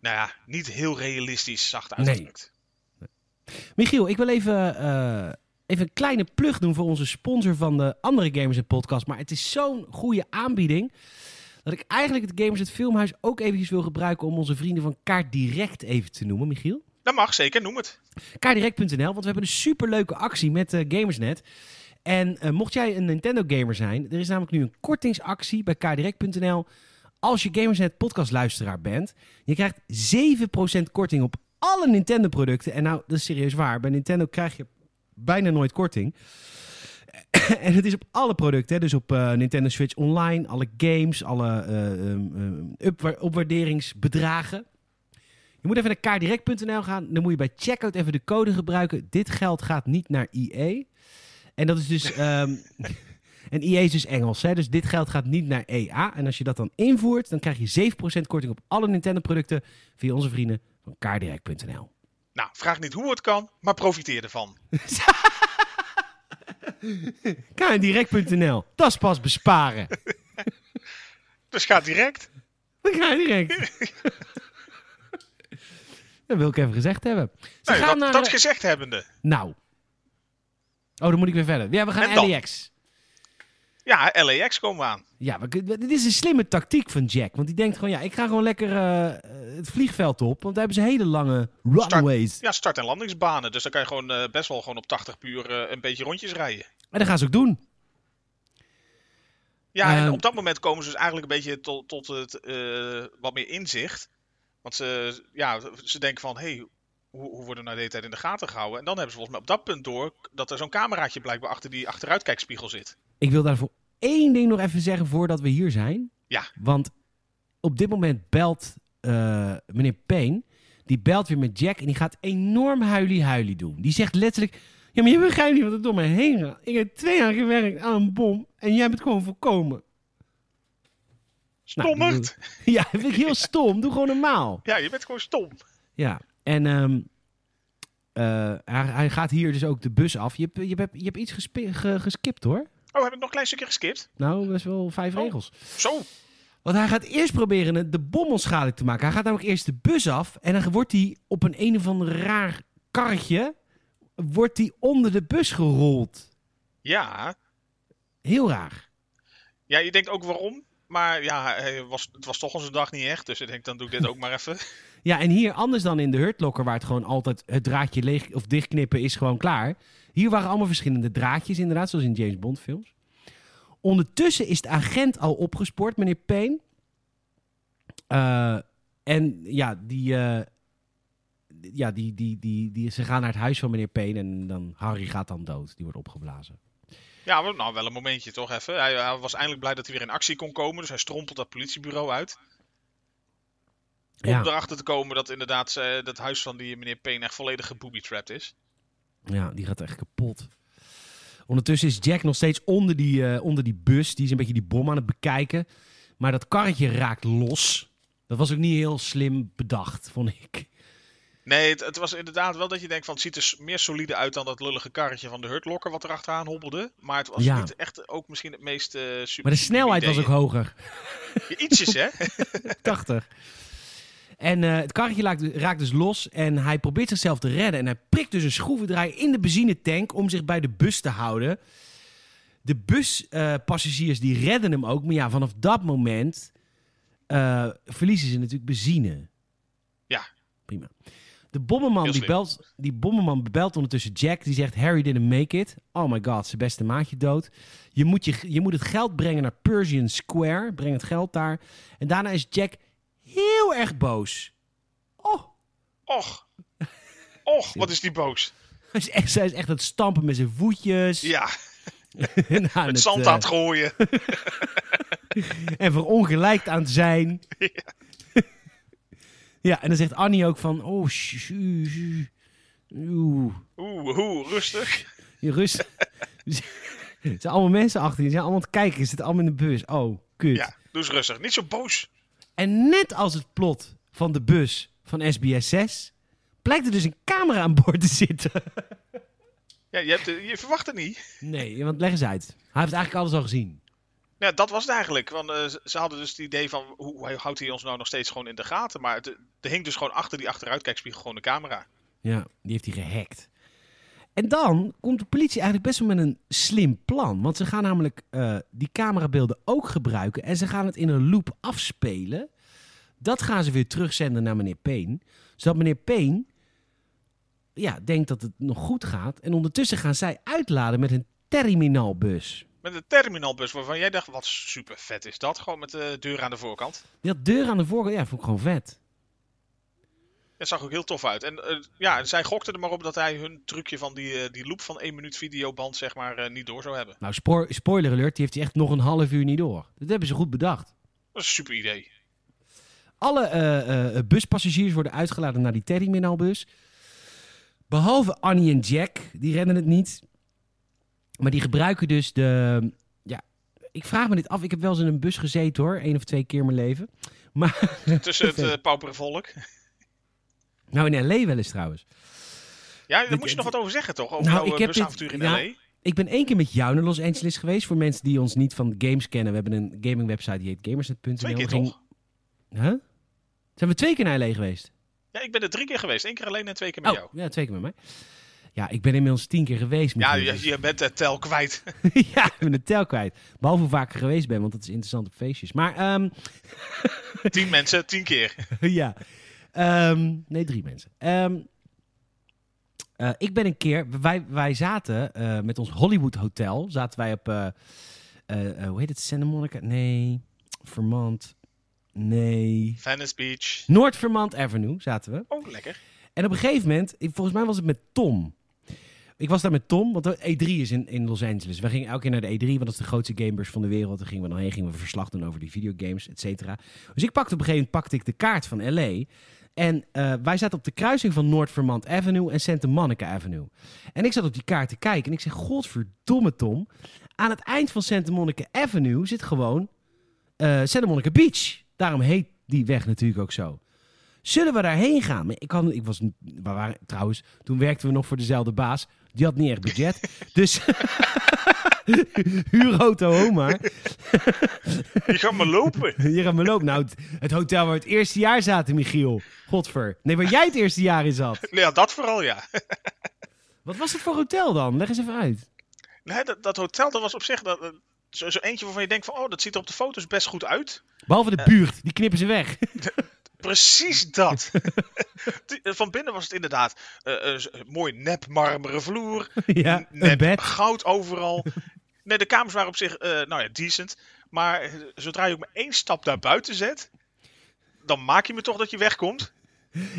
ja, niet heel realistisch zacht uitgedrukt.
Michiel, ik wil even, eh, even een kleine plug doen voor onze sponsor van de andere Gamers in Podcast. Maar het is zo'n goede aanbieding. Dat ik eigenlijk het Gamers in het Filmhuis ook eventjes wil gebruiken om onze vrienden van Kaart Direct even te noemen, Michiel.
Dat mag zeker, noem het.
Kaardirect.nl, want we hebben een superleuke actie met eh, Gamersnet. En eh, mocht jij een Nintendo gamer zijn, er is namelijk nu een kortingsactie bij kaardirect.nl. Als je Gamersnet podcastluisteraar bent, je krijgt 7% korting op alle Nintendo producten. En nou, dat is serieus waar. Bij Nintendo krijg je bijna nooit korting. en het is op alle producten, hè. dus op eh, Nintendo Switch Online, alle games, alle eh, ehm, ehm, upwa- opwaarderingsbedragen. Je moet even naar kaardirect.nl gaan. Dan moet je bij checkout even de code gebruiken. Dit geld gaat niet naar IE. En dat is dus. ehm, en IE is dus Engels. Hè? Dus dit geld gaat niet naar EA. En als je dat dan invoert, dan krijg je 7% korting op alle Nintendo-producten via onze vrienden van kaardirect.nl.
Nou, vraag niet hoe het kan, maar profiteer ervan.
Kaardirect.nl. Dat is pas besparen.
Dus ga direct.
Dan ga je direct. dat wil ik even gezegd hebben. Ze
Nou,
gaan
dat,
naar
dat
de-
gezegd hebbende.
Nou. Oh, dan moet ik weer verder. Ja, we gaan
En
naar
dan?
LAX.
Ja, LAX komen we aan.
Ja, we kun- we- dit is een slimme tactiek van Jack. Want die denkt gewoon, ja, ik ga gewoon lekker eh, het vliegveld op. Want daar hebben ze hele lange runways.
Ja, start- en landingsbanen. Dus dan kan je gewoon eh, best wel gewoon op 80 puur eh, een beetje rondjes rijden.
En dat gaan ze ook doen.
Ja, en
Ehm.
op dat moment komen ze dus eigenlijk een beetje tot, tot het, eh, wat meer inzicht. Want ze, ja, ze denken van, hé, hey, hoe, hoe worden we nou de hele tijd in de gaten gehouden? En dan hebben ze volgens mij op dat punt door dat er zo'n cameraatje blijkbaar achter die achteruitkijkspiegel zit.
Ik wil daarvoor één ding nog even zeggen voordat we hier zijn.
Ja.
Want op dit moment belt eh, meneer Payne. Die belt weer met Jack en die gaat enorm huilie-huilie doen. Die zegt letterlijk... Ja, maar je begrijpt niet wat er door mij heen gaat. Ik heb twee jaar gewerkt aan een bom en jij bent gewoon voorkomen. Nou,
Stommerd!
Ja, dat vind ik heel stom. Doe gewoon normaal.
Ja, je bent gewoon stom.
Ja, en ehm, eh, hij, hij gaat hier dus ook de bus af. Je hebt, je hebt, je hebt iets gespe- ge- geskipt hoor.
Oh, heb ik nog een klein stukje geskipt?
Nou, best wel vijf
Oh.
regels.
Zo,
Want hij gaat eerst proberen het- de bom onschadelijk te maken. Hij gaat namelijk eerst de bus af en dan wordt hij op een een of ander raar karretje wordt hij onder de bus gerold.
ja.
Heel raar.
Ja, je denkt ook waarom. Maar ja, hij was, het was toch onze dag niet echt. Dus ik denk, dan doe ik dit ook maar even.
Ja, en hier anders dan in de hurtlokker, waar het gewoon altijd het draadje leeg of dichtknippen is gewoon klaar. Hier waren allemaal verschillende draadjes, inderdaad, zoals in James Bond films. Ondertussen is de agent al opgespoord, meneer Payne. Eh, en ja, die, eh, ja die, die, die, die, ze gaan naar het huis van meneer Payne en dan Harry gaat dan dood. Die wordt opgeblazen.
Ja, maar nou, wel een momentje toch even. Hij, hij was eindelijk blij dat hij weer in actie kon komen. Dus hij strompelt dat politiebureau uit. Om
Ja,
erachter te komen dat inderdaad eh, dat huis van die meneer Payne echt volledig gebooby-trapped is.
ja, die gaat echt kapot. Ondertussen is Jack nog steeds onder die, eh, onder die bus. Die is een beetje die bom aan het bekijken. Maar dat karretje raakt los. Dat was ook niet heel slim bedacht, vond ik.
Nee, het, het was inderdaad wel dat je denkt van het ziet er s- meer solide uit dan dat lullige karretje van de hurtlokker wat erachteraan hobbelde. Maar het was
Ja.
niet echt ook misschien het meest eh super.
Maar de snelheid was ook hoger.
Ja, Ietsjes hè?
80. En eh, het karretje raakt, raakt dus los en hij probeert zichzelf te redden. En hij prikt dus een schroevendraaier in de benzinetank om zich bij de bus te houden. De buspassagiers die redden hem ook. Maar ja, vanaf dat moment eh, verliezen ze natuurlijk benzine.
Ja.
Prima. De bommenman
Heel
die
slim.
belt, die bommenman belt ondertussen Jack. Die zegt, Harry didn't make it. Oh my god, zijn beste maatje dood. Je moet, je, je moet het geld brengen naar Persian Square. Breng het geld daar. En daarna is Jack heel erg boos. Oh,
Och. Och, wat is die boos.
hij is echt, hij is echt aan het stampen met zijn voetjes.
Ja,
en, aan
het
het,
zand
eh,
aan het gooien.
en verongelijkt aan het zijn. Ja. en dan zegt Annie ook van... Oh, shu, shu, shu. Oeh,
Oeh, oeh, rustig.
je rust. Het zijn allemaal mensen achter je. Ze zijn allemaal aan het kijken. Ze zitten allemaal in de bus. Oh, kut.
Ja, doe eens rustig. Niet zo boos.
En net als het plot van de bus van SBS 6... blijkt er dus een camera aan boord te zitten.
Ja, je, hebt, de- je verwacht het niet.
Nee, want leg eens uit. Hij heeft eigenlijk alles al gezien.
Ja, dat was het eigenlijk. Want eh, ze- ze hadden dus het idee van, hoe, hoe houdt hij ons nou nog steeds gewoon in de gaten? Maar het, er hing dus gewoon achter die achteruitkijkspiegel gewoon een camera.
Ja, die heeft hij gehackt. En dan komt de politie eigenlijk best wel met een slim plan. Want ze gaan namelijk eh, die camerabeelden ook gebruiken. En ze gaan het in een loop afspelen. Dat gaan ze weer terugzenden naar meneer Peen. Zodat meneer Peen ja, denkt dat het nog goed gaat. En ondertussen gaan zij uitladen met een terminalbus.
Met een terminalbus waarvan jij dacht, wat super vet is dat? Gewoon met de deur aan de voorkant.
Die had deur aan de voorkant. Ja, vond ik gewoon vet.
Dat zag ook heel tof uit. En eh, ja, zij gokten er maar op dat hij hun trucje van die, eh, die loop van 1 minuut videoband, zeg maar, eh, niet door zou hebben.
Nou, spoor- spoiler alert, die heeft hij echt nog een half uur niet door. Dat hebben ze goed bedacht.
Dat is een super idee.
Alle eh, eh, buspassagiers worden uitgeladen naar die terminalbus. Behalve Annie en Jack, die redden het niet. Maar die gebruiken dus de... Ja, ik vraag me dit af. Ik heb wel eens in een bus gezeten hoor. Eén of twee keer in mijn leven. Maar,
Tussen het eh pauperen volk.
nou in L.A. wel eens trouwens.
Ja, daar
Dit-
moest je nog
dit-
wat over zeggen, toch? Over
Nou,
jouw
ik
eh,
heb dit-
busavontuur in
ja.
LA.
Ik ben één keer met jou naar Los Angeles geweest. Voor mensen die ons niet van games kennen. We hebben een gaming website die heet gamersnet.nl.
Twee keer
Ging-
toch?
Huh? Zijn we twee keer naar L.A. geweest?
Ja, ik ben er drie keer geweest. Eén keer alleen en twee keer met
Oh,
jou.
ja, twee keer met mij. Ja, ik ben inmiddels tien keer geweest. dus- moet
Ja,
ik
je,
zeggen.
je bent de tel kwijt.
ja, ik ben de tel kwijt. Behalve hoe vaak ik er geweest ben, want dat is interessant op feestjes. Maar ehm,
Tien mensen, tien keer.
ja. Ehm, nee, drie mensen. Ehm, eh, ik ben een keer... Wij, wij zaten eh, met ons Hollywood Hotel. Zaten wij op... eh, eh, eh, hoe heet het? Santa Monica? Nee. Vermont? Nee.
Venice Beach.
Noord-Vermont Avenue zaten we.
Oh, lekker.
En op een gegeven moment, ik- volgens mij was het met Tom. Ik was daar met Tom, want de E3 is in, in Los Angeles. We gingen elke keer naar de E3, want dat is de grootste gamebeurs van de wereld. Daar gingen we dan heen, gingen we verslag doen over die videogames, et cetera. Dus ik pakte op een gegeven moment pakte ik de kaart van L.A. En eh, wij zaten op de kruising van North Vermont Avenue en Santa Monica Avenue. En ik zat op die kaart te kijken en ik zeg, godverdomme Tom. Aan het eind van Santa Monica Avenue zit gewoon eh, Santa Monica Beach. Daarom heet die weg natuurlijk ook zo. Zullen we daarheen gaan? Maar Ik had, ik was, we waren, trouwens, toen werkten we nog voor dezelfde baas. Die had niet echt budget. dus huur auto home maar.
Je gaat maar lopen.
Hier aan mijn loop. Nou, het, het hotel waar we het eerste jaar zaten, Michiel. Godver. Nee, waar jij het eerste jaar in zat.
Ja, dat vooral, ja.
Wat was het voor hotel dan? Leg eens even uit.
Nee, dat, dat hotel, dat was op zich dat, eh, zo, zo eentje waarvan je denkt van... Oh, dat ziet er op de foto's best goed uit.
Behalve de buurt, die knippen ze weg.
Precies dat. Die- eh, Van binnen was het inderdaad eh, eh, z- mooi nep marmeren vloer.
ja,
nep
een bed.
goud overal. Nee, de kamers waren op zich, eh, nou ja, decent. Maar eh, zodra je ook maar één stap naar buiten zet... Dan maak je me toch dat je wegkomt.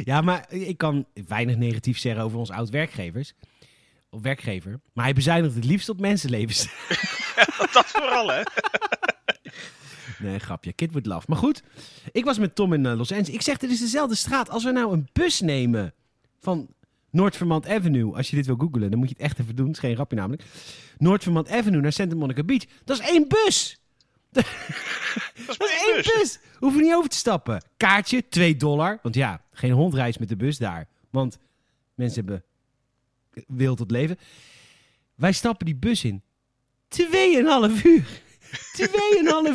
Ja, maar ik kan weinig negatief zeggen over ons oud-werkgevers. Of werkgever. Maar hij bezuinigt het liefst op mensenlevens.
Dat vooral, hè.
Nee, grapje. Kid would love. Maar goed, ik was met Tom in eh, Los Angeles. Ik zeg, dit is dezelfde straat. Als we nou een bus nemen van Noord-Vermont Avenue. Als je dit wil googlen, dan moet je het echt even doen. Het is geen grapje namelijk. Noord-Vermont Avenue naar Santa Monica Beach. Dat is één bus.
Dat is
Dat is
mijn
één
bus.
bus. Hoef je niet over te stappen. Kaartje, 2 dollar. Want ja, geen hond reist met de bus daar. Want mensen hebben wil tot leven. Wij stappen die bus in. 2,5 uur. 2,5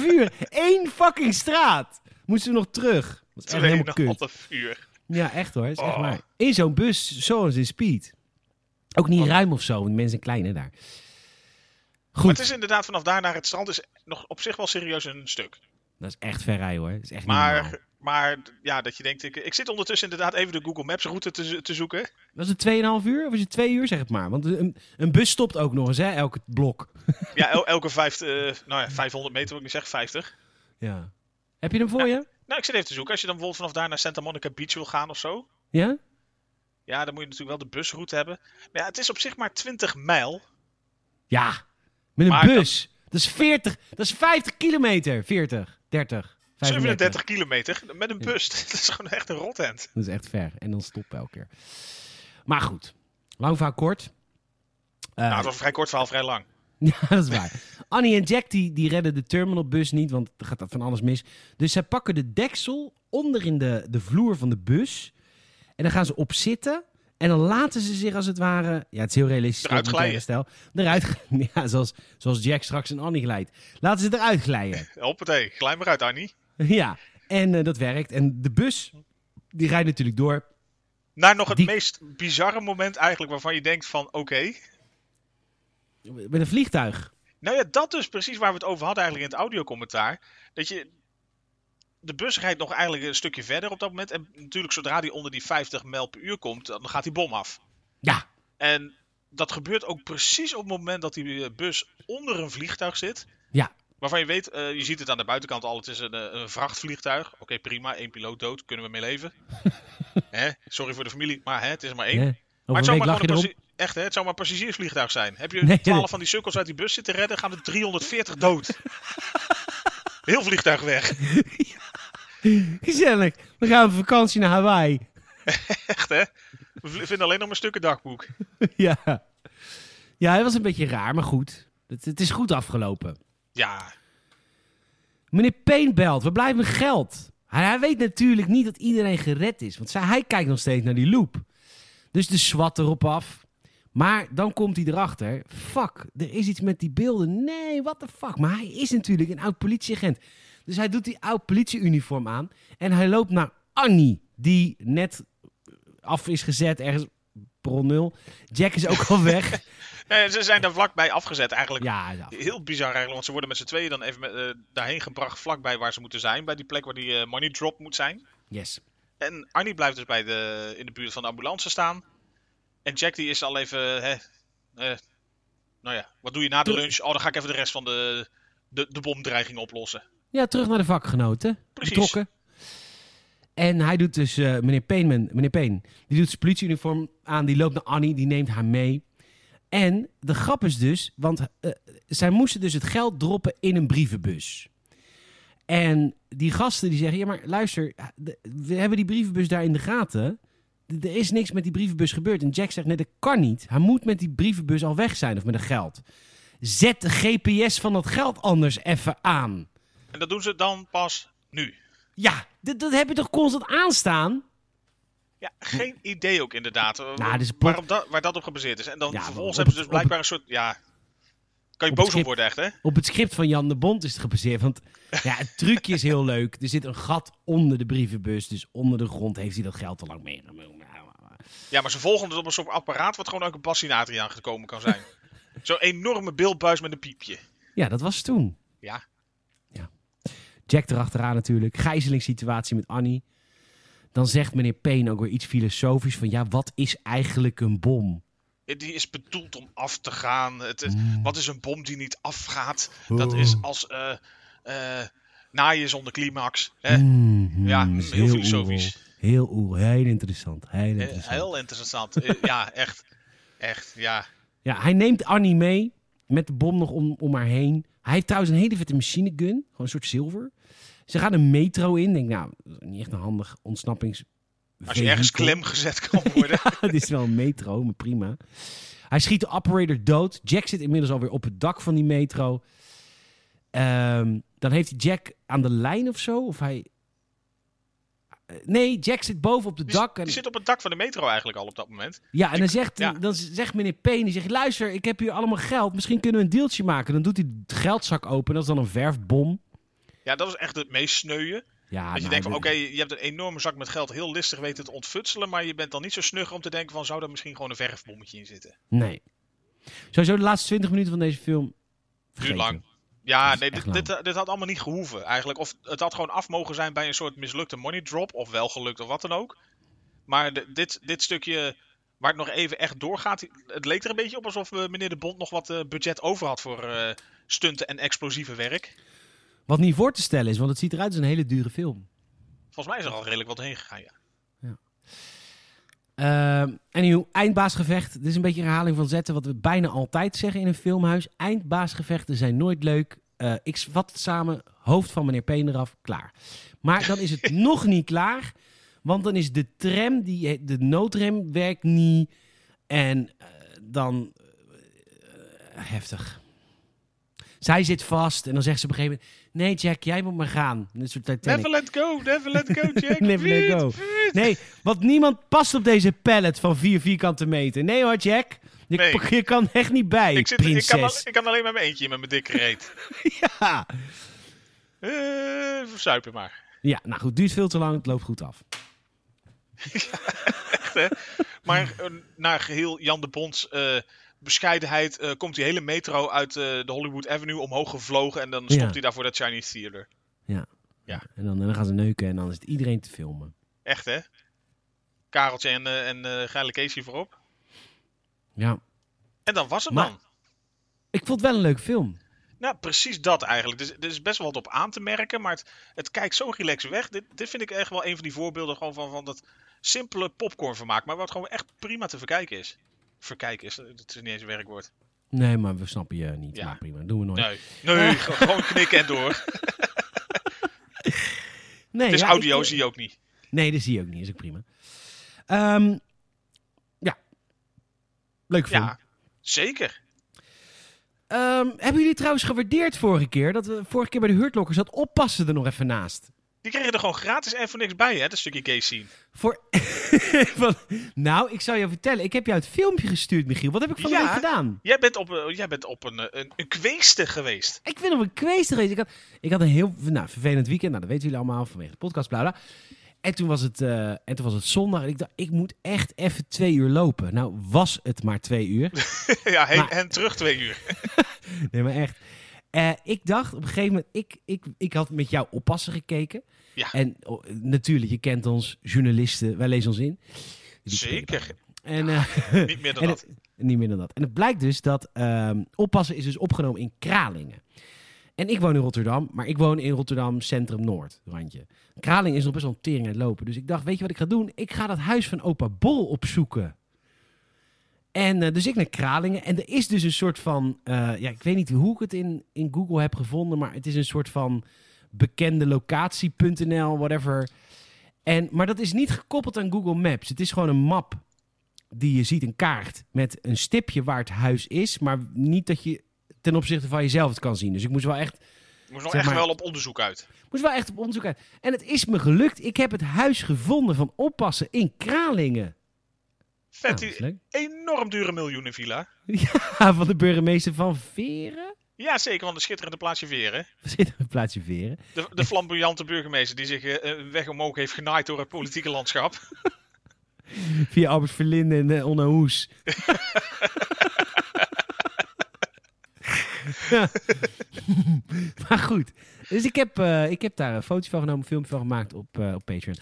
uur. Eén fucking straat. Moesten we nog terug. Dat is echt Oh, helemaal kut.
2,5 uur.
Ja, echt hoor. Dat is echt
Oh.
waar. In zo'n bus, zoals in Speed. Ook niet ruim of zo, want mensen zijn kleiner daar.
Oh. Maar
Goed.
het is inderdaad vanaf daar naar het strand is nog op zich wel serieus een stuk.
Dat is echt ver rijden hoor. Dat is echt niet normaal.
Maar, maar ja, dat je denkt, ik, ik zit ondertussen inderdaad even de Google Maps route te, zo- te zoeken.
Was het 2,5 uur of is het 2 uur, zeg het maar? Want een, een bus stopt ook nog eens, hè, elke blok.
Ja, el- elke vijf, eh, nou ja, 500 meter, wil ik niet zeggen, 50.
Ja. Heb je hem voor je?
Nou, ik zit even te zoeken. Als je dan bijvoorbeeld vanaf daar naar Santa Monica Beach wil gaan of zo.
Ja?
Ja, dan moet je natuurlijk wel de busroute hebben. Maar ja, het is op zich maar 20 mijl.
Ja. Met een
Maar dat-
bus. Dat is 40, dat is 50 kilometer. 40, 30, 35.
37 kilometer met een bus. Dat is gewoon echt een rothand. Nou,
Dat is echt ver. En dan stoppen we elke keer. Maar goed. Lang verhaal kort. Eh,
Nou, het was een vrij kort verhaal, vrij lang.
Ja, dat is waar. Annie en Jack die, die redden de terminalbus niet, want dan gaat dat van alles mis. Dus zij pakken de deksel onder in de, de vloer van de bus. En dan gaan ze op zitten. En dan laten ze zich als het ware... Ja, het is heel realistisch.
Eruit
dat moet ik
glijden.
zeggen, Stel, eruit glijden. Ja, zoals, zoals Jack straks een Annie glijdt. Laten ze eruit glijden.
Hoppatee, glij maar uit, Annie.
ja, en eh, dat werkt. En de bus, die rijdt natuurlijk door.
Naar nog het
Die-
meest bizarre moment eigenlijk waarvan je denkt van oké.
Met een vliegtuig.
Nou ja, dat dus precies waar we het over hadden eigenlijk in het audiocommentaar. Dat je... De bus rijdt nog eigenlijk een stukje verder op dat moment. En natuurlijk zodra die onder die 50 mijl per uur komt, dan gaat die bom af.
Ja.
En dat gebeurt ook precies op het moment dat die eh, bus onder een vliegtuig zit.
Ja.
Waarvan je weet, eh, je ziet het aan de buitenkant al, het is een, eh, een vrachtvliegtuig. Oké, prima, één piloot dood, kunnen we mee leven. hè? Sorry voor de familie, maar hè, het is er maar één.
Hè?
Maar
Over
het
een
zou
week
maar
lag je
gewoon een
erop.
passi- echt, hè, het zou maar een passagiersvliegtuig zijn. Heb je
Nee,
12
nee.
van die sukkels uit die bus zitten redden, gaan er 340 dood. Heel vliegtuig weg.
Gezellig. We gaan op vakantie naar Hawaii.
Echt, hè? We v- vinden alleen nog maar stukken dagboek.
ja. Ja, hij was een beetje raar, maar goed. Het, het is goed afgelopen.
Ja,
Meneer Payne belt. We blijven geld. Hij, hij weet natuurlijk niet dat iedereen gered is. Want zij, hij kijkt nog steeds naar die loop. Dus de SWAT erop af. Maar dan komt hij erachter. Fuck, er is iets met die beelden. Nee, what the fuck. Maar hij is natuurlijk een oud politieagent. Dus hij doet die oud politieuniform aan. En hij loopt naar Annie. Die net af is gezet ergens. Bron nul. Jack is ook al weg.
nee, ze zijn daar vlakbij afgezet eigenlijk.
ja, hij is af.
Heel bizar eigenlijk, want ze worden met z'n tweeën dan even met, eh, daarheen gebracht vlakbij waar ze moeten zijn. Bij die plek waar die eh, money drop moet zijn.
Yes.
En Arnie blijft dus bij de, in de buurt van de ambulance staan. En Jack die is al even... Hè, eh, nou ja, wat doe je na de
Doe-
lunch? Oh, dan ga ik even de rest van de, de, de bomdreiging oplossen.
Ja, terug naar de vakgenoten.
Precies.
Betrokken. En hij doet dus, eh, meneer Peenman, meneer Peen, die doet zijn politieuniform aan, die loopt naar Annie, die neemt haar mee. En de grap is dus, want eh, zij moesten dus het geld droppen in een brievenbus. En die gasten die zeggen, ja maar luister, eh, de- we hebben die brievenbus daar in de gaten. D- Er is niks met die brievenbus gebeurd. En Jack zegt, nee dat kan niet. Hij moet met die brievenbus al weg zijn of met dat geld. Zet de GPS van dat geld anders even aan.
En dat doen ze dan pas nu.
Ja, dat, dat heb je toch constant aanstaan?
Ja, geen idee ook inderdaad. eh,
Nou, dit is een plot-
waarom dat, waar dat op gebaseerd is. En dan
Ja,
vervolgens
op
hebben ze
het-
dus
op het-
blijkbaar een soort... Ja, kan
het
je boos op
schip.
worden echt, hè?
Op het script van Jan de Bond is het gebaseerd. Want ja, het trucje is heel leuk. Er zit een gat onder de brievenbus. Dus onder de grond heeft hij dat geld al lang meegenomen.
Ja, maar ze volgen het op een soort apparaat wat gewoon uit een bassinatria gekomen kan zijn. Zo'n enorme beeldbuis met een piepje.
Ja, dat was toen.
Ja.
ja. Jack erachteraan natuurlijk. Gijzelingssituatie met Annie. Dan zegt meneer Payne ook weer iets filosofisch van... Ja, wat is eigenlijk een bom?
Die is bedoeld om af te gaan. Het, het-
Hmm.
Wat is een bom die niet afgaat?
Oh.
Dat is als eh eh, naaien zonder climax. Hè?
Mhm,
Eh, ja,
is
heel filosofisch.
oerol. Heel oerol. Heel interessant. Heel
Eh,
interessant.
Heel interessant. Eh, ja, echt. Echt, ja.
Ja, hij neemt Annie mee met de bom nog om, om haar heen. Hij heeft trouwens een hele vette machine gun, gewoon een soort zilver. Ze gaan een metro in. Denk, nou, dat is niet echt een handig ontsnappings.
Als je ergens
vehikel.
klem gezet kan worden.
Het is wel een metro, maar prima. Hij schiet de operator dood. Jack zit inmiddels alweer op het dak van die metro. Ehm, dan heeft hij Jack aan de lijn of zo. Of hij. Eh, Nee, Jack zit boven op het
Die,
dak.
die zit op het dak van de metro eigenlijk al op dat moment.
Ja, en dan zegt,
Ja.
dan zegt meneer Peen, die zegt, luister, ik heb hier allemaal geld, misschien kunnen we een deeltje maken. Dan doet hij de geldzak open, dat is dan een verfbom.
Ja, dat is echt het meest sneuwe.
Ja,
dat je
nou,
denkt van,
dat-
oké, je hebt een enorme zak met geld heel listig weten te ontfutselen. Maar je bent dan niet zo snug om te denken van, zou daar misschien gewoon een verfbommetje in zitten?
Nee. Sowieso de laatste 20 minuten van deze film.
Duurt
vergeten.
lang. Ja,
Dat is
nee,
echt
dit, dit, dit had allemaal niet gehoeven eigenlijk. Of het had gewoon af mogen zijn bij een soort mislukte money drop. Of wel gelukt of wat dan ook. Maar de- dit, dit stukje waar het nog even echt doorgaat. Het leek er een beetje op alsof eh, meneer De Bond nog wat eh, budget over had voor eh, stunten en explosieve werk.
Wat niet voor te stellen is, want het ziet eruit als een hele dure film.
Volgens mij is er al redelijk wat heen gegaan, ja.
Ehm en uw eindbaasgevecht, dit is een beetje een herhaling van zetten wat we bijna altijd zeggen in een filmhuis. Eindbaasgevechten zijn nooit leuk. Eh, ik vat het samen, hoofd van meneer Peen eraf, klaar. Maar dan is het nog niet klaar, want dan is de tram, die, eh, de noodrem werkt niet. En eh, dan, eh, heftig. Zij zit vast en dan zegt ze op een gegeven moment, nee Jack, jij moet maar gaan. Een soort Titanic.
Never let go, never let go, Jack.
Never let
Piet,
go.
Piet.
Nee, want niemand past op deze pallet van 4 vierkante meter. Nee hoor, Jack. Je,
Nee.
je kan echt niet bij,
Ik, zit, ik,
prinses.
kan, al- ik kan alleen met mijn eentje in met mijn dikke reet.
Ja.
Eh, verzuipen maar.
ja, nou goed, duurt veel te lang. Het loopt goed af.
Echt, hè? Maar
Hmm.
eh, naar geheel Jan de Bonds eh, bescheidenheid eh, komt die hele metro uit eh, de Hollywood Avenue omhoog gevlogen. En dan stopt
Ja.
hij daarvoor dat Chinese Theater.
En dan, dan gaan ze neuken en dan is het iedereen te filmen.
Echt, hè? Kareltje en, eh en eh, Geile Casey voorop.
Ja.
En dan was het
Maar-
dan.
Ik vond het wel een leuke film.
Nou, precies dat eigenlijk. Dus er is best wel wat op aan te merken, maar het, het kijkt zo relaxed weg. Dit, dit vind ik echt wel een van die voorbeelden gewoon van, van dat simpele popcornvermaak, maar wat gewoon echt prima te verkijken is. Verkijken is, dat is niet eens een werkwoord.
Nee, maar we snappen je niet.
Ja.
Maar prima, doen we nooit.
Nee, nee ge- gewoon knikken en door.
Nee,
het is
ja,
audio,
ik-
zie je ook niet.
Nee, dat zie je ook niet. Is ook prima. Ehm, ja. Leuk film.
Ja, zeker.
Ehm, hebben jullie trouwens gewaardeerd vorige keer? Dat we vorige keer bij de Hurtlokker zat oppassen er nog even naast.
Die kregen er gewoon gratis en voor niks bij, hè, dat stukje gay scene.
Voor... Van- Nou, ik zal je vertellen. Ik heb jou het filmpje gestuurd, Michiel. Wat heb ik van
Ja.
de week gedaan?
Jij bent op, eh, jij bent op een, eh, een, een kweeste geweest.
Ik ben op een kweest geweest. Ik had, ik had een heel nou, vervelend weekend. Nou, dat weten jullie allemaal vanwege de podcast, bla bla. En toen was het, eh, en toen was het zondag. En ik dacht, ik moet echt even twee uur lopen. Nou, was het maar twee uur.
ja, heen
Maar-
en terug twee uur.
Nee, maar echt. Eh, ik dacht op een gegeven moment, ik, ik, ik had met jou oppassen gekeken.
Ja.
En oh, natuurlijk, je kent ons, journalisten, wij lezen ons in.
Zeker,
En, eh,
niet meer dan
en
dat.
het- niet meer dan dat. En het blijkt dus dat ehm, oppassen is dus opgenomen in Kralingen. En ik woon in Rotterdam, maar ik woon in Rotterdam Centrum Noord, randje. Kralingen is nog best wel een tering aan het lopen. Dus ik dacht, weet je wat ik ga doen? Ik ga dat huis van opa Bol opzoeken. En eh, dus ik naar Kralingen. En er is dus een soort van, eh, ja, ik weet niet hoe ik het in, in Google heb gevonden, maar het is een soort van bekende locatie.nl, whatever. En, maar dat is niet gekoppeld aan Google Maps. Het is gewoon een map die je ziet, een kaart met een stipje waar het huis is, maar niet dat je ten opzichte van jezelf het kan zien. Dus ik moest wel echt,
Ik moest nog
zeg
echt
maar-
wel op onderzoek uit.
moest wel echt op onderzoek uit. En het is me gelukt. Ik heb het huis gevonden van oppassen in Kralingen.
Vet,
Nou,
die-
dat is leuk.
enorm dure miljoenenvilla.
Ja, van de burgemeester van Veren.
Ja, zeker, van de schitterende plaatsje Veren.
Zit er een plaatsje Veren?
De, de flamboyante burgemeester die zich eh, een weg omhoog heeft genaaid door het politieke landschap.
Via Albert Verlinde en eh, Onno Hoes. Ja. maar goed. Dus ik heb, eh, ik heb daar een foto van genomen, een filmpje van gemaakt op, eh, op Patreon.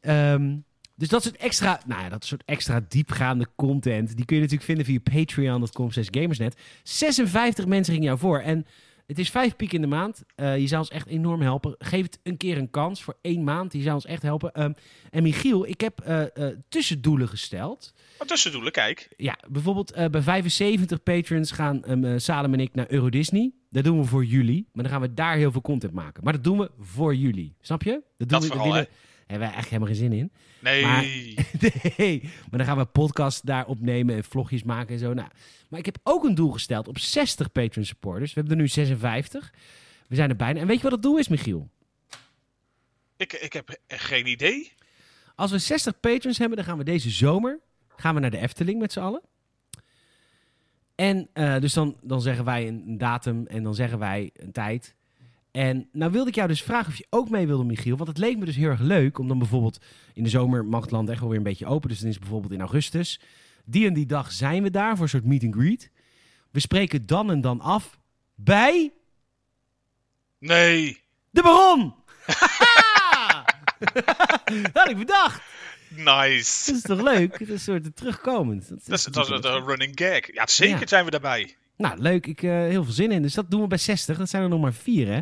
Ehm, dus dat soort extra, nou ja, dat soort extra diepgaande content, die kun je natuurlijk vinden via patreon.com slash gamersnet. 56 mensen gingen jou voor en het is vijf piek in de maand. Eh, je zou ons echt enorm helpen. Geef het een keer een kans voor één maand. Je zou ons echt helpen. Ehm, en Michiel, ik heb eh, eh, tussendoelen gesteld.
Maar tussendoelen, kijk.
Ja, bijvoorbeeld eh, bij 75 patrons gaan ehm, eh, Salem en ik naar Euro Disney. Dat doen we voor jullie. Maar dan gaan we daar heel veel content maken. Maar dat doen we voor jullie. Snap je? doen
Dat
we,
vooral,
willen- hebben we echt helemaal geen zin in.
Nee.
nee, maar dan gaan we podcast daar opnemen en vlogjes maken en zo. Nou, maar ik heb ook een doel gesteld op 60 Patreon supporters. We hebben er nu 56. We zijn er bijna. En weet je wat dat doel is, Michiel?
Ik, ik heb echt geen idee.
Als we 60 patrons hebben, dan gaan we deze zomer gaan we naar de Efteling met z'n allen. En eh, dus dan, dan zeggen wij een datum en dan zeggen wij een tijd. En nou wilde ik jou dus vragen of je ook mee wilde, Michiel. Want het leek me dus heel erg leuk om dan bijvoorbeeld... In de zomer mag het land echt wel weer een beetje open. Dus dan is het bijvoorbeeld in augustus. Die en die dag zijn we daar voor een soort meet and greet. We spreken dan en dan af bij
Nee.
de Baron. dat had ik bedacht.
Nice.
Dat is toch leuk? Het is een soort terugkomend. Dat is-
Dat is, dat is een running gag. Ja, zeker
Ja.
zijn we daarbij.
Nou, leuk. Ik eh heel veel zin in. Dus dat doen we bij 60. Dat zijn er nog maar vier, hè?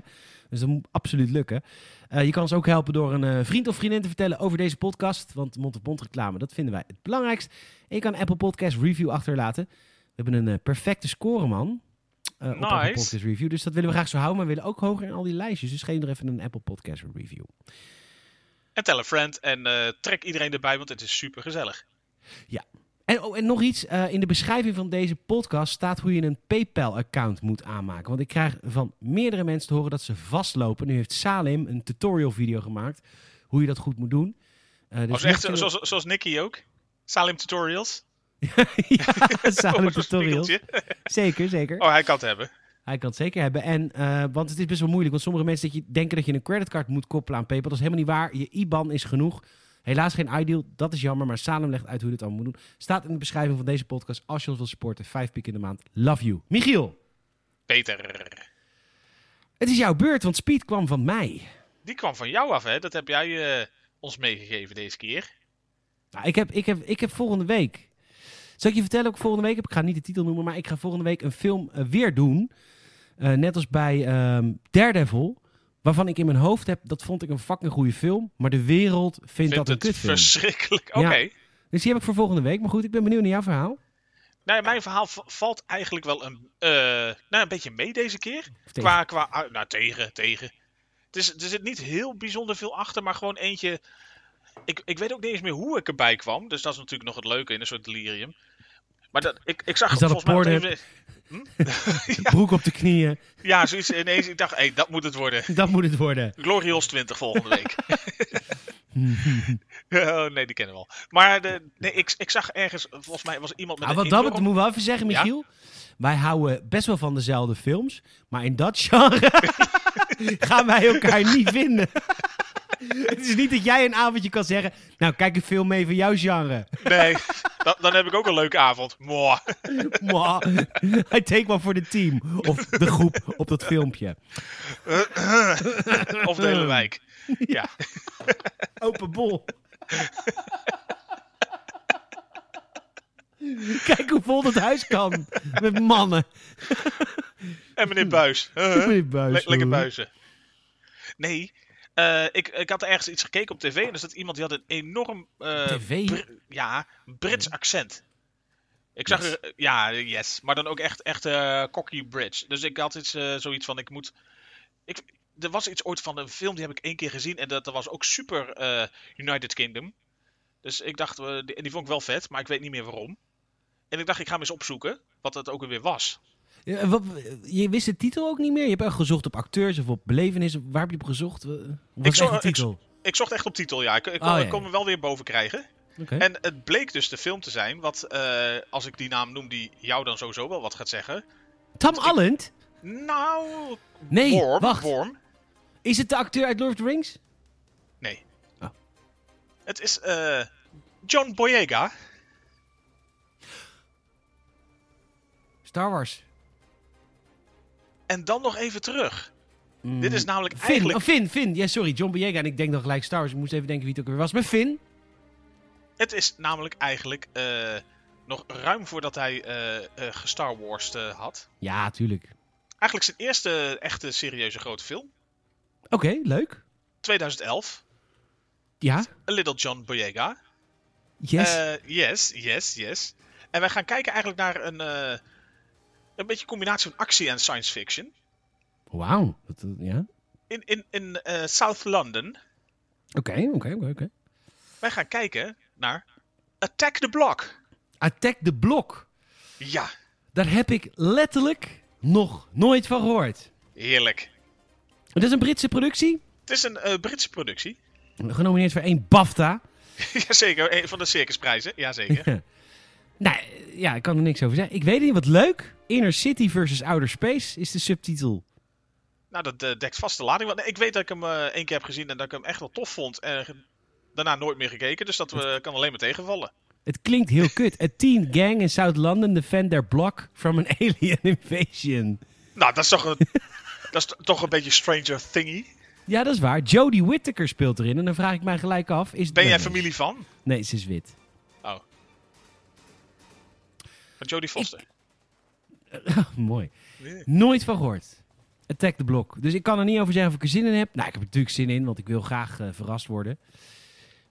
Dus dat moet absoluut lukken. Eh, je kan ons ook helpen door een eh, vriend of vriendin te vertellen over deze podcast. Want mond op mond reclame, dat vinden wij het belangrijkst. En je kan een Apple Podcast Review achterlaten. We hebben een eh, perfecte score, man. eh, op
Nice.
Apple Podcast Review. Dus dat willen we graag zo houden. Maar we willen ook hoger in al die lijstjes. Dus geef er even een Apple Podcast Review.
En tel een friend en eh, trek iedereen erbij, want het is super gezellig.
En, oh, en nog iets, eh, in de beschrijving van deze podcast staat hoe je een PayPal-account moet aanmaken. Want ik krijg van meerdere mensen te horen dat ze vastlopen. Nu heeft Salim een tutorial-video gemaakt hoe je dat goed moet doen. Eh, dus
Als
mocht
Oh, echt,
je-
zoals, zoals Nicky ook. Salim Tutorials.
ja,
Oh,
Salim
zo'n
tutorial.
spiegeltje.
Zeker, zeker.
Oh, hij kan het hebben.
Hij kan het zeker hebben. En, eh, want het is best wel moeilijk. Want sommige mensen dat je denken dat je een creditcard moet koppelen aan PayPal. Dat is helemaal niet waar. Je IBAN is genoeg. Helaas geen iDeal, dat is jammer, maar Salem legt uit hoe je dit allemaal moet doen. Staat in de beschrijving van deze podcast. Als je ons wilt supporten, vijf piek in de maand. Love you. Michiel,
Peter.
het is jouw beurt, want Speed kwam van mij.
Die kwam van jou af, hè? Dat heb jij eh, ons meegegeven deze keer.
Nou, ik, heb, ik, heb, ik heb volgende week. Zal ik je vertellen ook volgende week heb? Ik ga niet de titel noemen, maar ik ga volgende week een film eh, weer doen. Eh, net als bij ehm Daredevil. Waarvan ik in mijn hoofd heb, dat vond ik een fucking goede film. Maar de wereld vindt dat een
het
kutfilm.
verschrikkelijk. Oké.
Ja. Dus die heb ik voor volgende week. Maar goed, ik ben benieuwd naar jouw verhaal.
Nou, ja, mijn verhaal v- valt eigenlijk wel een, eh, nou, een beetje mee deze keer.
Of tegen-
Qua, qua, ah, nou, tegen, tegen. Het is, er zit niet heel bijzonder veel achter, maar gewoon eentje. Ik, ik weet ook niet eens meer hoe ik erbij kwam. Dus dat is natuurlijk nog het leuke in een soort delirium. Maar dat, ik, ik zag
Is dat
volgens
op
mij
Pornhub?
opeens-
Broek op de knieën.
Ja, zoiets ineens. Ik dacht, hé, dat moet het worden.
Dat moet het worden.
Glorious 20 volgende week. oh, nee, die kennen we al. Maar de, nee, ik, ik zag ergens, volgens mij was iemand met
Ah,
een
wat dat
enorm-
betreft, moeten we wel even zeggen,
Ja?
Michiel. Wij houden best wel van dezelfde films. Maar in dat genre gaan wij elkaar niet vinden. Het is niet dat jij een avondje kan zeggen. Nou, kijk een film mee van jouw genre.
Nee, dan, dan heb ik ook een leuke avond. Mwah.
Mwah. I take one for the team. Of de groep op dat filmpje.
Of de hele wijk. Ja.
Open bol. Kijk hoe vol dat huis kan. Met mannen.
En meneer Buis. Huh?
Met buizen.
Le- lekker buizen. Nee, eh, ik, ik had ergens iets gekeken op tv en er zat iemand die had een enorm eh,
TV?
Br- ja, Brits accent. Ik zag er, ja, yes, maar dan ook echt, echt eh, cocky Brits. Dus ik had iets, eh, zoiets van, ik moet, ik, er was iets ooit van een film die heb ik één keer gezien en dat, dat was ook super eh, United Kingdom. Dus ik dacht, eh, die, en die vond ik wel vet, maar ik weet niet meer waarom. En ik dacht, ik ga hem eens opzoeken wat dat ook weer was.
Ja, wat- je wist de titel ook niet meer? Je hebt echt gezocht op acteurs of op belevenissen. Waar heb je op gezocht? Wat was
zo-
echt de
ik-
titel?
Ik zocht echt op titel, ja. Ik, ik,
Oh, ja,
ik kon
ja.
hem wel weer boven krijgen.
Oké.
En het bleek dus de film te zijn, wat eh, als ik die naam noem, die jou dan sowieso wel wat gaat zeggen.
Tom Alland?
Nou,
Nee,
Worm.
wacht.
Worm.
Is het de acteur uit Lord of the Rings?
Nee.
Oh.
Het is eh, John Boyega.
Star Wars.
En dan nog even terug.
Mm.
Dit is namelijk
Finn.
eigenlijk...
Oh, Finn, Finn. Ja, sorry. John Boyega. En ik denk dan gelijk Star Wars. Ik moest even denken wie het ook weer was. Maar Finn.
Het is namelijk eigenlijk eh, nog ruim voordat hij eh eh gestar Wars had.
Ja, tuurlijk.
Eigenlijk zijn eerste echte serieuze grote film.
Oké, leuk.
2011.
Ja.
A Little John Boyega.
Yes.
Eh, yes, yes, yes. En wij gaan kijken eigenlijk naar een, eh, een beetje combinatie van actie en science fiction.
Wauw. Dat, eh, Ja.
In, in, in eh, South London.
Oké, oké, oké, oké.
Wij gaan kijken naar Attack the Block.
Attack the Block.
Ja,
Daar heb ik letterlijk nog nooit van gehoord.
heerlijk.
Het is een Britse productie.
Het is een eh, Britse productie.
Genomineerd voor één BAFTA.
Jazeker, een van de circusprijzen. Jazeker.
Nou, ja, ik kan er niks over zeggen. Ik weet het niet, wat leuk. Inner City versus Outer Space is de subtitel.
nou, dat eh, dekt vast de lading. Want ik weet dat ik hem eh, één keer heb gezien en dat ik hem echt wel tof vond. En ge- daarna nooit meer gekeken, dus dat we kan alleen maar tegenvallen.
Het klinkt heel kut. A teen gang in South London defend their block from an alien invasion.
Nou, dat is toch een, dat is to- toch een beetje Stranger Thingy.
Ja, dat is waar. Jodie Whittaker speelt erin. En dan vraag ik mij gelijk af... Is
Ben
nee,
jij
nee.
familie van?
Nee, ze is wit.
Van Oh. Jodie Foster.
Oh, Mooi.
Ja.
Nooit van gehoord. Attack the Block. Dus ik kan er niet over zeggen of ik er zin in heb. Nou, ik heb er natuurlijk zin in, want ik wil graag eh, verrast worden.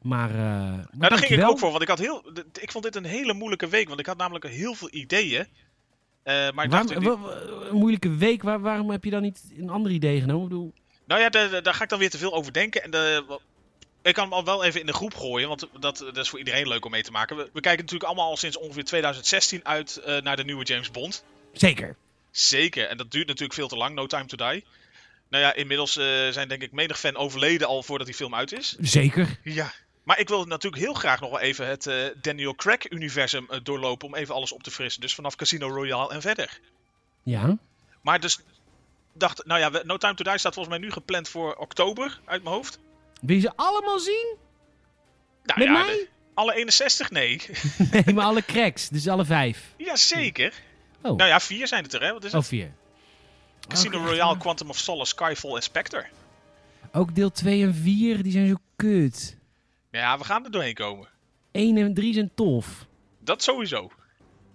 Maar, eh maar
Nou, daar ging ik
dankjewel.
ook voor, want ik, had heel, d- ik vond dit een hele moeilijke week. Want ik had namelijk heel veel ideeën. Eh, maar ik dacht,
Waarom- wa- wa- een moeilijke week. Waar- waarom heb je dan niet een ander idee genomen? Ik bedoel,
Nou ja, daar, daar- daar ga ik dan weer te veel over denken. En eh, wa- ik kan hem al wel even in de groep gooien, want dat, dat is voor iedereen leuk om mee te maken. We, we kijken natuurlijk allemaal al sinds ongeveer 2016 uit eh, naar de nieuwe James Bond.
zeker.
Zeker, en dat duurt natuurlijk veel te lang, No Time To Die. Nou ja, inmiddels eh, zijn denk ik menig fan overleden al voordat die film uit is.
Zeker.
Ja. Maar ik wil natuurlijk heel graag nog wel even het eh, Daniel Craig-universum eh, doorlopen om even alles op te frissen. Dus vanaf Casino Royale en verder.
Ja.
Maar dus dacht, nou ja, we- No Time To Die staat volgens mij nu gepland voor oktober, uit mijn hoofd.
Wil je ze allemaal zien?
Nou
Met
ja,
mij?
de- alle 61? Nee.
Nee, maar alle cracks. Dus alle vijf.
Jazeker.
Oh.
Nou ja, vier zijn het er, hè? Wat is het?
Of vier.
Casino
Ook echt
Royale,
waar.
Quantum of Solace, Skyfall en Spectre.
Ook deel 2 en 4, die zijn zo kut.
Nou Ja, we gaan er doorheen komen.
1 en 3 zijn tof.
Dat sowieso.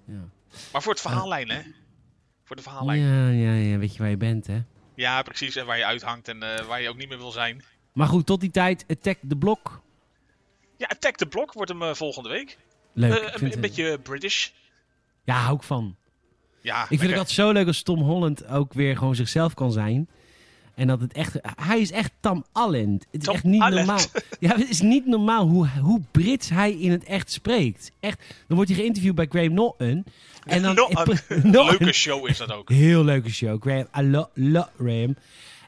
Ja. Ah.
Maar voor het verhaallijn, hè? Voor de verhaallijn. Ja,
Ja, ja, ja, weet je waar je bent, hè?
precies. En waar je uithangt en eh, waar je ook niet meer wil zijn.
Maar goed, tot die tijd, Attack the Block.
Ja, Attack the Block wordt hem eh, volgende week.
Leuk.
Eh,
ik
een-
vind
een
het-
beetje British.
Ja, hou ik van.
Ja,
Ik vind
lekker.
het altijd zo leuk als Tom Holland ook weer gewoon zichzelf kan zijn. En dat het echt... Hij is echt Tam Allend. Het is
Tom
echt niet
Allen.
normaal. Ja, het is niet normaal hoe, hoe Brits hij in het echt spreekt. Echt. Dan wordt hij geïnterviewd bij Graham Norton. En dan...
Norton.
Norton.
Leuke show is dat ook.
Heel leuke show. Graham, I lo- lo- Graham.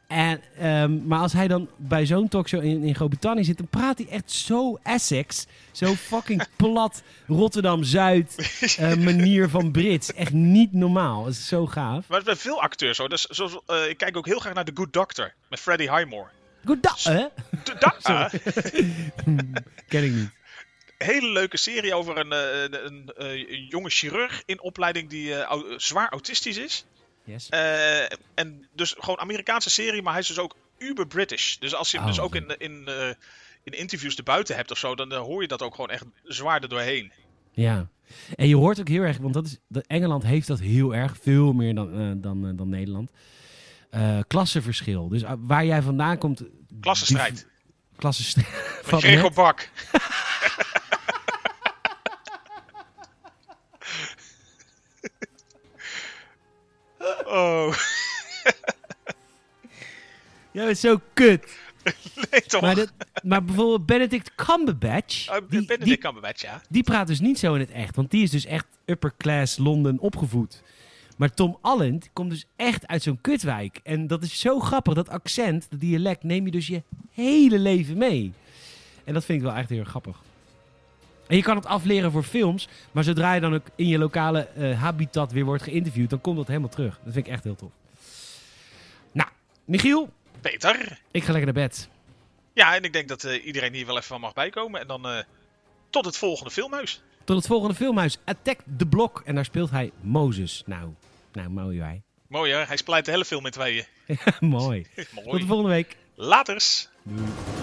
En, ehm, maar als hij dan bij zo'n talkshow in, in Groot-Brittannië zit, dan praat hij echt zo Essex. Zo fucking plat Rotterdam-Zuid eh, manier van Brits. Echt niet normaal. Dat is zo gaaf.
Maar het is bij veel acteurs zo. Dus, zoals, eh, ik kijk ook heel graag naar The Good Doctor. Met Freddie Highmore.
Goedendag, hè?
De da- eh.
Ken ik niet.
hele leuke serie over een, eh, een, een, eh, een jonge chirurg in opleiding die eh, au- zwaar autistisch is.
Yes.
Eh, en dus gewoon Amerikaanse serie, maar hij is dus ook uber British. Dus als je hem
Oh,
dus ook
wat
in, in, eh, in interviews erbuiten hebt of zo, dan eh, hoor je dat ook gewoon echt zwaar er doorheen.
Ja. En je hoort ook heel erg, want dat is, dat Engeland heeft dat heel erg, veel meer dan, eh, dan, eh, dan Nederland. Eh klassenverschil. Dus eh, waar jij vandaan komt.
Klassenstrijd.
die- Klassenstrijd.
Met
Valt net.
Gregor Bak. Oh,
Jij bent zo kut.
nee toch?
Maar, dat, maar bijvoorbeeld Benedict Cumberbatch.
Oh,
die,
Benedict
die,
Cumberbatch, ja.
die praat dus niet zo in het echt. Want die is dus echt upper class Londen opgevoed. Maar Tom Allend komt dus echt uit zo'n kutwijk. En dat is zo grappig. Dat accent, dat dialect, neem je dus je hele leven mee. En dat vind ik wel echt heel erg grappig. En je kan het afleren voor films. Maar zodra je dan ook in je lokale eh, habitat weer wordt geïnterviewd, dan komt dat helemaal terug. Dat vind ik echt heel tof. Nou, Michiel,
Peter.
ik ga lekker naar bed.
Ja, en ik denk dat eh, iedereen hier wel even van mag bijkomen. En dan eh, tot het volgende filmhuis.
Tot het volgende filmhuis. Attack the Block. En daar speelt hij Mozes. Nou, nou mooi wij.
Mooi hè, hij splijt de hele film in tweeën.
Mooi. Tot
Mooi.
de volgende week.
Laters.
Doei.